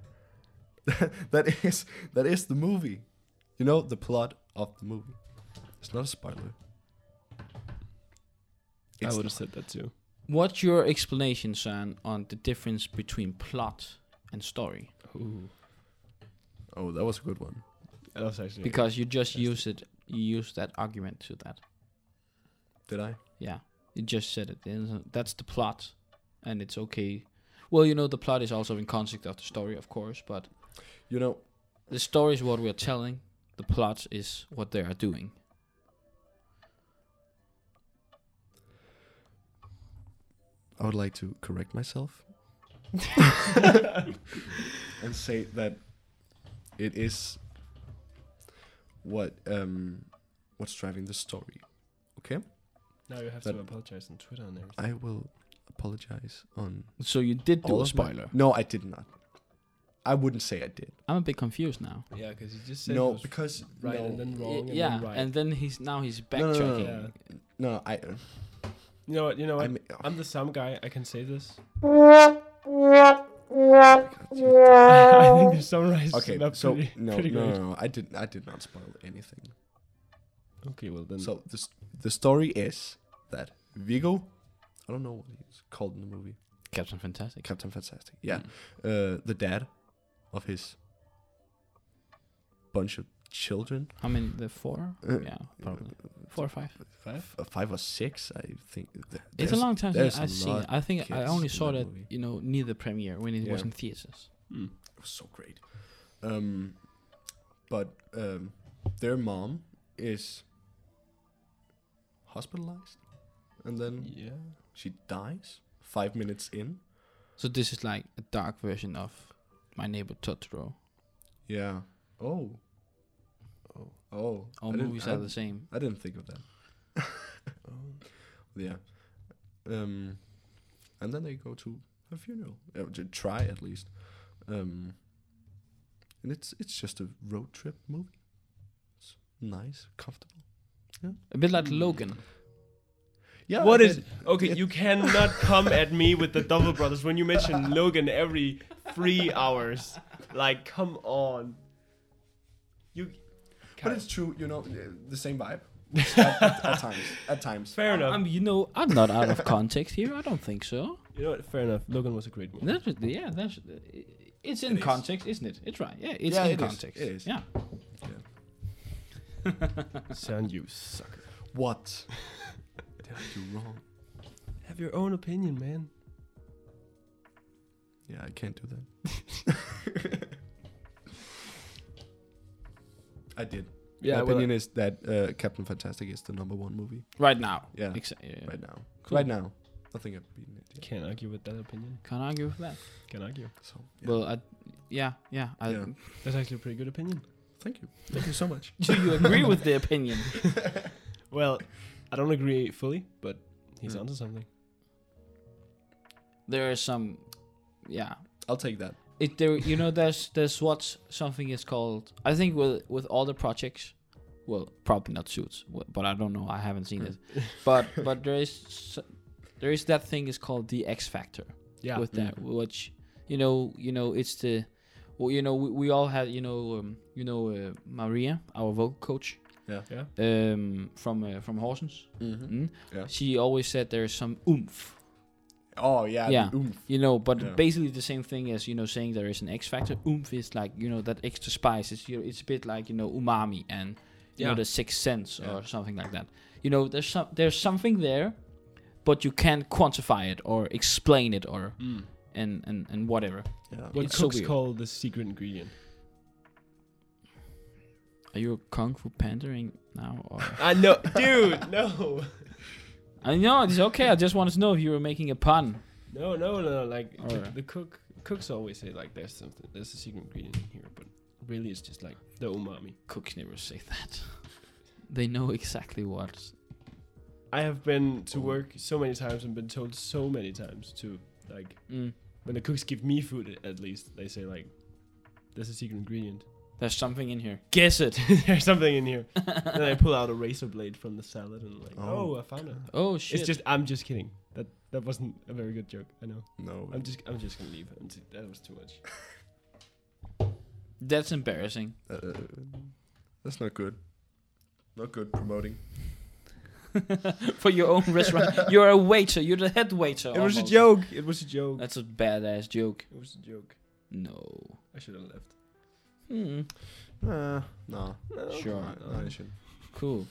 [SPEAKER 2] that is that is the movie. You know the plot of the movie. It's not a spoiler.
[SPEAKER 3] I
[SPEAKER 2] It's
[SPEAKER 3] would
[SPEAKER 2] not.
[SPEAKER 3] have said that too.
[SPEAKER 1] What's your explanation, San, on the difference between plot and story?
[SPEAKER 3] Ooh,
[SPEAKER 2] Oh, that was a good one.
[SPEAKER 3] that was actually
[SPEAKER 1] because you just
[SPEAKER 3] Fantastic.
[SPEAKER 1] use it you use that argument to that
[SPEAKER 2] Did I?
[SPEAKER 1] yeah you just said it isn't- that's the plot and it's okay well you know the plot is also in conflict of the story of course but
[SPEAKER 2] You know,
[SPEAKER 1] the story is what we're telling the plot is what they are doing
[SPEAKER 2] I would like to correct myself and say that it is what um what's driving the story. Okay?
[SPEAKER 3] now you have
[SPEAKER 2] that-
[SPEAKER 3] to apologize on Twitter and everything.
[SPEAKER 2] I will apologize on
[SPEAKER 1] so you did do
[SPEAKER 2] all
[SPEAKER 1] a
[SPEAKER 2] of my-
[SPEAKER 1] spoiler
[SPEAKER 2] No, I did not. I wouldn't say I did.
[SPEAKER 1] i'm a bit confused now
[SPEAKER 3] yeah, because you just said it
[SPEAKER 2] No,
[SPEAKER 3] was
[SPEAKER 2] because
[SPEAKER 3] right
[SPEAKER 2] no,
[SPEAKER 3] and then wrong and
[SPEAKER 1] yeah
[SPEAKER 3] then right.
[SPEAKER 1] and then he's now he's
[SPEAKER 2] no, no, no,
[SPEAKER 1] backtracking
[SPEAKER 3] yeah.
[SPEAKER 2] no, I uh,
[SPEAKER 3] You know what? You know what?
[SPEAKER 2] I oh,
[SPEAKER 3] I'm,
[SPEAKER 2] mean-
[SPEAKER 3] the some guy. I can say this. I think you summarized
[SPEAKER 2] Oh. Okay,
[SPEAKER 3] that
[SPEAKER 2] so
[SPEAKER 3] pretty,
[SPEAKER 2] no,
[SPEAKER 3] pretty
[SPEAKER 2] no,
[SPEAKER 3] great.
[SPEAKER 2] no, no, I did I did not spoil anything.
[SPEAKER 3] Okay, well then.
[SPEAKER 2] So the s- the story is that Vigo, I don't know what he's called in the movie,
[SPEAKER 1] captain fantastic
[SPEAKER 2] Captain Fantastic. Yeah,
[SPEAKER 1] Mm.
[SPEAKER 2] uh, the dad of his bunch of children,
[SPEAKER 1] how many the four
[SPEAKER 2] Uh,
[SPEAKER 1] yeah probably four or five
[SPEAKER 3] five.
[SPEAKER 2] f- five or six, I think. Th-
[SPEAKER 1] it's
[SPEAKER 2] there's-
[SPEAKER 1] a long time
[SPEAKER 2] there's
[SPEAKER 1] since
[SPEAKER 2] a
[SPEAKER 1] i've seen
[SPEAKER 2] lot
[SPEAKER 1] it. i think i
[SPEAKER 2] kids
[SPEAKER 1] only
[SPEAKER 2] in
[SPEAKER 1] saw that
[SPEAKER 2] that movie.
[SPEAKER 1] you know near the premiere when it was
[SPEAKER 2] Yeah.
[SPEAKER 1] in theaters
[SPEAKER 3] Mm.
[SPEAKER 2] It was so great. Um, but um, their mom is hospitalized, and then
[SPEAKER 3] Yeah.
[SPEAKER 2] she dies five minutes in.
[SPEAKER 1] So this is like a dark version of my neighbor Totoro.
[SPEAKER 2] Yeah. Oh. Oh. Oh.
[SPEAKER 1] All
[SPEAKER 2] I didn't-
[SPEAKER 1] movies
[SPEAKER 2] I
[SPEAKER 1] are the same.
[SPEAKER 2] I didn't think of that. Yeah. Um, and then they go to a funeral. Uh, to try at least. Um, and it's it's just a road trip movie. It's nice, comfortable.
[SPEAKER 1] A bit
[SPEAKER 2] Hmm.
[SPEAKER 1] like Logan.
[SPEAKER 2] Yeah.
[SPEAKER 3] what
[SPEAKER 2] a
[SPEAKER 3] is
[SPEAKER 2] bit.
[SPEAKER 3] okay?
[SPEAKER 2] it-
[SPEAKER 3] You cannot come at me with the Double Brothers when you mention Logan every three hours. Like, come on. You.
[SPEAKER 2] But it's true, you know, uh, the same vibe. at, at- at times, at times.
[SPEAKER 3] fair enough.
[SPEAKER 1] I mean, you know, I'm not out of context here. I don't think so.
[SPEAKER 3] you know what? Fair enough. Logan was a great movie.
[SPEAKER 1] That's yeah. That's it's in
[SPEAKER 2] is.
[SPEAKER 1] context, isn't it? It's right. Yeah, it's
[SPEAKER 2] Yeah,
[SPEAKER 1] in
[SPEAKER 2] it is,
[SPEAKER 1] context.
[SPEAKER 2] it is.
[SPEAKER 1] Yeah.
[SPEAKER 3] Sound you sucker.
[SPEAKER 2] What? Did I do wrong?
[SPEAKER 3] Have your own opinion, man.
[SPEAKER 2] Yeah, I can't do that. I did.
[SPEAKER 1] Yeah,
[SPEAKER 2] My
[SPEAKER 1] well,
[SPEAKER 2] opinion is that uh, Captain Fantastic is the number one movie
[SPEAKER 1] Right now.
[SPEAKER 2] Yeah.
[SPEAKER 1] Exactly.
[SPEAKER 2] right now.
[SPEAKER 1] Cool.
[SPEAKER 2] Right now, nothing have beaten it. Yet.
[SPEAKER 3] Can't argue with that opinion.
[SPEAKER 1] Can't argue with that.
[SPEAKER 3] Can't argue.
[SPEAKER 2] So yeah.
[SPEAKER 1] Well, I, yeah, yeah. I,
[SPEAKER 2] Yeah.
[SPEAKER 3] That's actually a pretty good opinion.
[SPEAKER 2] thank you, thank you so much.
[SPEAKER 1] Do you agree with the opinion?
[SPEAKER 3] Well, I don't agree fully, but he's
[SPEAKER 2] Hmm.
[SPEAKER 3] onto something.
[SPEAKER 1] There is some, yeah.
[SPEAKER 2] I'll take that.
[SPEAKER 1] It there. You know, there's there's what's something is called. I think with with all the projects, well, probably not suits, wh- but I don't know. I haven't seen it. But but there is s- there is that thing is called the X factor.
[SPEAKER 3] Yeah.
[SPEAKER 1] with that
[SPEAKER 2] Mhm.
[SPEAKER 1] which you know you know it's the well you know we, we all had you know um, you know uh, Maria our vocal coach
[SPEAKER 3] yeah.
[SPEAKER 1] um from uh, from Horsens
[SPEAKER 2] Mm-hmm.
[SPEAKER 1] mm?
[SPEAKER 2] Yeah.
[SPEAKER 1] she always said there's some oomph
[SPEAKER 2] Oh yeah,
[SPEAKER 1] Yeah.
[SPEAKER 2] The oomph.
[SPEAKER 1] you know but
[SPEAKER 2] Yeah.
[SPEAKER 1] basically the same thing as you know saying there is an X factor oomph is like you know that extra spice it's you know, it's a bit like you know umami and you
[SPEAKER 3] Yeah.
[SPEAKER 1] know the sixth sense
[SPEAKER 2] Yeah.
[SPEAKER 1] or something like that you know there's some there's something there but you can't quantify it or explain it or and and, and whatever
[SPEAKER 2] Yeah.
[SPEAKER 3] Mm. What
[SPEAKER 1] It's so
[SPEAKER 3] cooks
[SPEAKER 1] weird.
[SPEAKER 3] call the secret ingredient.
[SPEAKER 1] Are you kung fu pandering now? Or?
[SPEAKER 3] I know, dude. No,
[SPEAKER 1] I know it's okay. I just wanted to know if you were making a pun.
[SPEAKER 3] no, no, no. Like
[SPEAKER 1] All
[SPEAKER 3] the,
[SPEAKER 1] right.
[SPEAKER 3] the cook, cooks always say like, "There's something. There's a secret ingredient in here," but really, it's just like the umami.
[SPEAKER 1] Cooks never say that. they know exactly what.
[SPEAKER 3] I have been to
[SPEAKER 2] Oh.
[SPEAKER 3] work so many times and been told so many times to like
[SPEAKER 1] Mm,
[SPEAKER 3] when the cooks give me food at least they say like, "There's a secret ingredient.
[SPEAKER 1] there's something in here. Guess it.
[SPEAKER 3] There's something in here." then I pull out a razor blade from the salad and like,
[SPEAKER 2] Oh.
[SPEAKER 3] "Oh, I found it."
[SPEAKER 1] Oh shit.
[SPEAKER 3] It's just I'm just kidding. That that wasn't a very good joke. I know.
[SPEAKER 2] No.
[SPEAKER 3] I'm just I'm just gonna leave. I'm t- that was too much.
[SPEAKER 1] that's embarrassing.
[SPEAKER 2] Uh, that's not good. Not good promoting.
[SPEAKER 1] For your own restaurant, you're a waiter. You're the head waiter.
[SPEAKER 3] It was a
[SPEAKER 1] almost.
[SPEAKER 3] joke. It was a joke.
[SPEAKER 1] That's a badass joke.
[SPEAKER 3] It was a joke.
[SPEAKER 1] No.
[SPEAKER 3] I should have left. Hmm.
[SPEAKER 1] Mm,
[SPEAKER 2] Uh, no.
[SPEAKER 1] Sure.
[SPEAKER 2] No, no, I shouldn't.
[SPEAKER 1] cool.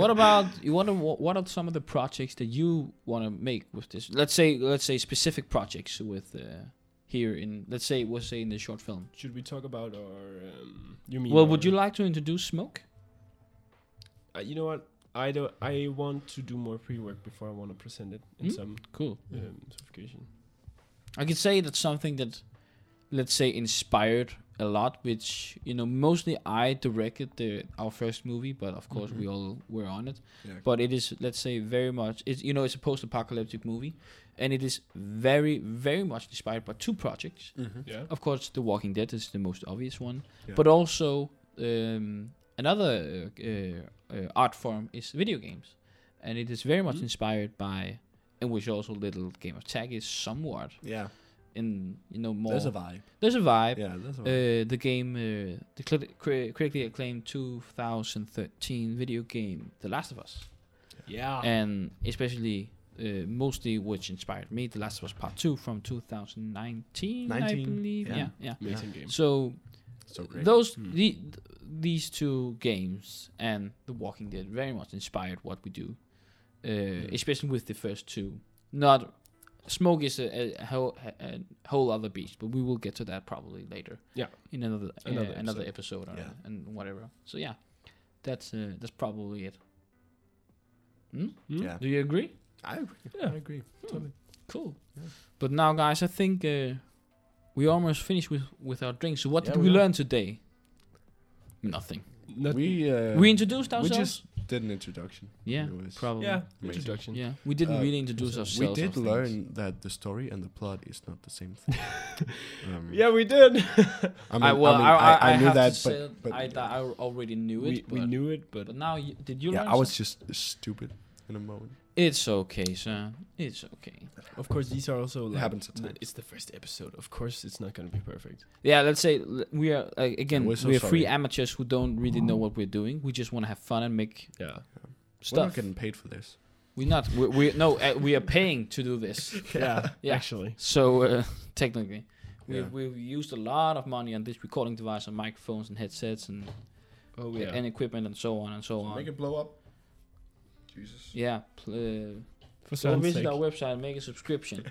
[SPEAKER 1] What about you? What are, what are some of the projects that you want to make with this? Let's say let's say specific projects with uh, here in let's say we'll say in the short film.
[SPEAKER 3] Should we talk about our? Um, you mean?
[SPEAKER 1] Well, would
[SPEAKER 3] our-
[SPEAKER 1] you like to introduce smoke?
[SPEAKER 3] Uh, you know what? I don't. I want to do more pre-work before I want to present it in
[SPEAKER 1] Hmm?
[SPEAKER 3] some
[SPEAKER 1] Cool.
[SPEAKER 3] um, certification.
[SPEAKER 1] I could say that's something that, let's say, inspired a lot. Which you know, mostly I directed the our first movie, but of course we all were on it.
[SPEAKER 2] Yeah.
[SPEAKER 1] But it is, let's say, very much. It's you know, it's a post-apocalyptic movie, and it is very, very much inspired by two projects.
[SPEAKER 2] mm-hmm.
[SPEAKER 3] Yeah.
[SPEAKER 1] Of course, The Walking Dead is the most obvious one,
[SPEAKER 2] Yeah.
[SPEAKER 1] but also um, another uh, uh, uh, art form is video games, and it is very much
[SPEAKER 3] Mhm.
[SPEAKER 1] inspired by, in which also Little Game of Tag is somewhat
[SPEAKER 2] Yeah.
[SPEAKER 1] in you know more.
[SPEAKER 2] There's a vibe.
[SPEAKER 1] there's a vibe.
[SPEAKER 2] Yeah, there's a vibe.
[SPEAKER 1] Uh, the game, uh, the cli- cri- critically acclaimed 2013 video game, The Last of Us,
[SPEAKER 2] Ah.
[SPEAKER 3] Yeah.
[SPEAKER 1] and especially. Uh, mostly which inspired me the last was part two from 2019 i
[SPEAKER 2] 19,
[SPEAKER 1] believe
[SPEAKER 2] yeah.
[SPEAKER 1] yeah, yeah.
[SPEAKER 3] Amazing game.
[SPEAKER 1] so
[SPEAKER 2] so great.
[SPEAKER 1] those
[SPEAKER 3] Hmm.
[SPEAKER 1] the, th- these two games and The Walking Dead very much inspired what we do, uh, especially with the first two. Not smoke is a, a, whole, a whole other beast, but we will get to that probably later.
[SPEAKER 3] Yeah.
[SPEAKER 1] in another another,
[SPEAKER 3] Another
[SPEAKER 1] episode. another episode or,
[SPEAKER 2] Yeah.
[SPEAKER 1] and whatever. So yeah, that's uh, that's probably it.
[SPEAKER 3] Hmm?
[SPEAKER 2] Yeah.
[SPEAKER 1] Do you agree?
[SPEAKER 2] I agree.
[SPEAKER 3] Yeah.
[SPEAKER 2] I agree. Totally.
[SPEAKER 1] Cool.
[SPEAKER 2] Yeah.
[SPEAKER 1] But now, guys, I think uh, we almost finished with with our drinks. So what
[SPEAKER 2] Yeah,
[SPEAKER 1] did
[SPEAKER 2] we
[SPEAKER 1] we
[SPEAKER 2] are.
[SPEAKER 1] learn today? Nothing.
[SPEAKER 3] Not
[SPEAKER 2] we uh,
[SPEAKER 1] we introduced
[SPEAKER 2] we
[SPEAKER 1] ourselves.
[SPEAKER 2] just did an introduction.
[SPEAKER 1] Yeah,
[SPEAKER 2] It was-
[SPEAKER 1] probably.
[SPEAKER 3] yeah,
[SPEAKER 1] Yeah.
[SPEAKER 2] Amazing.
[SPEAKER 3] introduction.
[SPEAKER 1] we didn't
[SPEAKER 2] Uh,
[SPEAKER 1] really introduce
[SPEAKER 2] We
[SPEAKER 1] ourselves.
[SPEAKER 2] did
[SPEAKER 1] I think.
[SPEAKER 2] learn that the story and the plot is not the same thing. um,
[SPEAKER 3] Yeah, we did.
[SPEAKER 2] I mean,
[SPEAKER 1] I, well, I,
[SPEAKER 2] mean,
[SPEAKER 1] I, I
[SPEAKER 2] knew
[SPEAKER 1] have
[SPEAKER 2] that,
[SPEAKER 1] to say
[SPEAKER 2] but, but
[SPEAKER 1] I, tha- I already knew it.
[SPEAKER 3] we,
[SPEAKER 1] but,
[SPEAKER 3] we knew it, but
[SPEAKER 1] but now, you, did you
[SPEAKER 2] yeah,
[SPEAKER 1] learn?
[SPEAKER 2] I was
[SPEAKER 1] something?
[SPEAKER 2] just stupid in a moment.
[SPEAKER 1] It's okay, sir. It's okay.
[SPEAKER 3] of course these are also
[SPEAKER 2] It
[SPEAKER 3] like
[SPEAKER 2] happens at
[SPEAKER 3] the-
[SPEAKER 2] times.
[SPEAKER 3] it's the first episode. Of course, it's not gonna be perfect.
[SPEAKER 1] Yeah, let's say l- we are uh, again
[SPEAKER 2] we're so
[SPEAKER 1] we are free
[SPEAKER 2] sorry.
[SPEAKER 1] amateurs who don't really know what we're doing. We just want to have fun and make
[SPEAKER 3] Yeah,
[SPEAKER 2] We're not
[SPEAKER 1] stuff.
[SPEAKER 2] getting paid for this.
[SPEAKER 1] We're not. We're, we're no. Uh, we are paying to do this.
[SPEAKER 3] yeah,
[SPEAKER 1] Yeah.
[SPEAKER 3] Actually,
[SPEAKER 1] So uh, technically, we've
[SPEAKER 2] Yeah.
[SPEAKER 1] we've used a lot of money on this recording device and microphones and headsets and
[SPEAKER 3] oh
[SPEAKER 1] and- and equipment and so on and so on.
[SPEAKER 2] Make it blow up. Jesus.
[SPEAKER 1] yeah. Pl- uh,
[SPEAKER 3] For
[SPEAKER 1] So
[SPEAKER 3] some
[SPEAKER 1] visit
[SPEAKER 3] sake,
[SPEAKER 1] our website and make a subscription.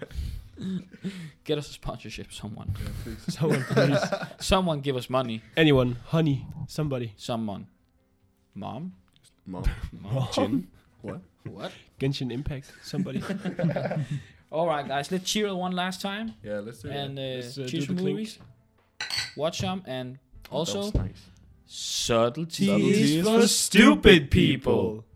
[SPEAKER 1] Get us a sponsorship, someone.
[SPEAKER 3] someone please,
[SPEAKER 1] Someone give us money.
[SPEAKER 3] anyone, honey, somebody,
[SPEAKER 1] Someone. Mom?
[SPEAKER 2] Mom.
[SPEAKER 1] Mom?
[SPEAKER 3] Jin,
[SPEAKER 2] What?
[SPEAKER 1] what?
[SPEAKER 3] Genshin Impact, somebody.
[SPEAKER 1] All right, guys. Let's cheer one last time.
[SPEAKER 2] Yeah, let's do
[SPEAKER 1] And uh,
[SPEAKER 3] Let's, uh, do
[SPEAKER 1] choose
[SPEAKER 3] the
[SPEAKER 1] some
[SPEAKER 3] clink.
[SPEAKER 1] movies. Watch them. And also,
[SPEAKER 2] That was nice.
[SPEAKER 1] subtlety
[SPEAKER 2] Subtlety
[SPEAKER 1] is
[SPEAKER 2] is
[SPEAKER 1] for stupid people.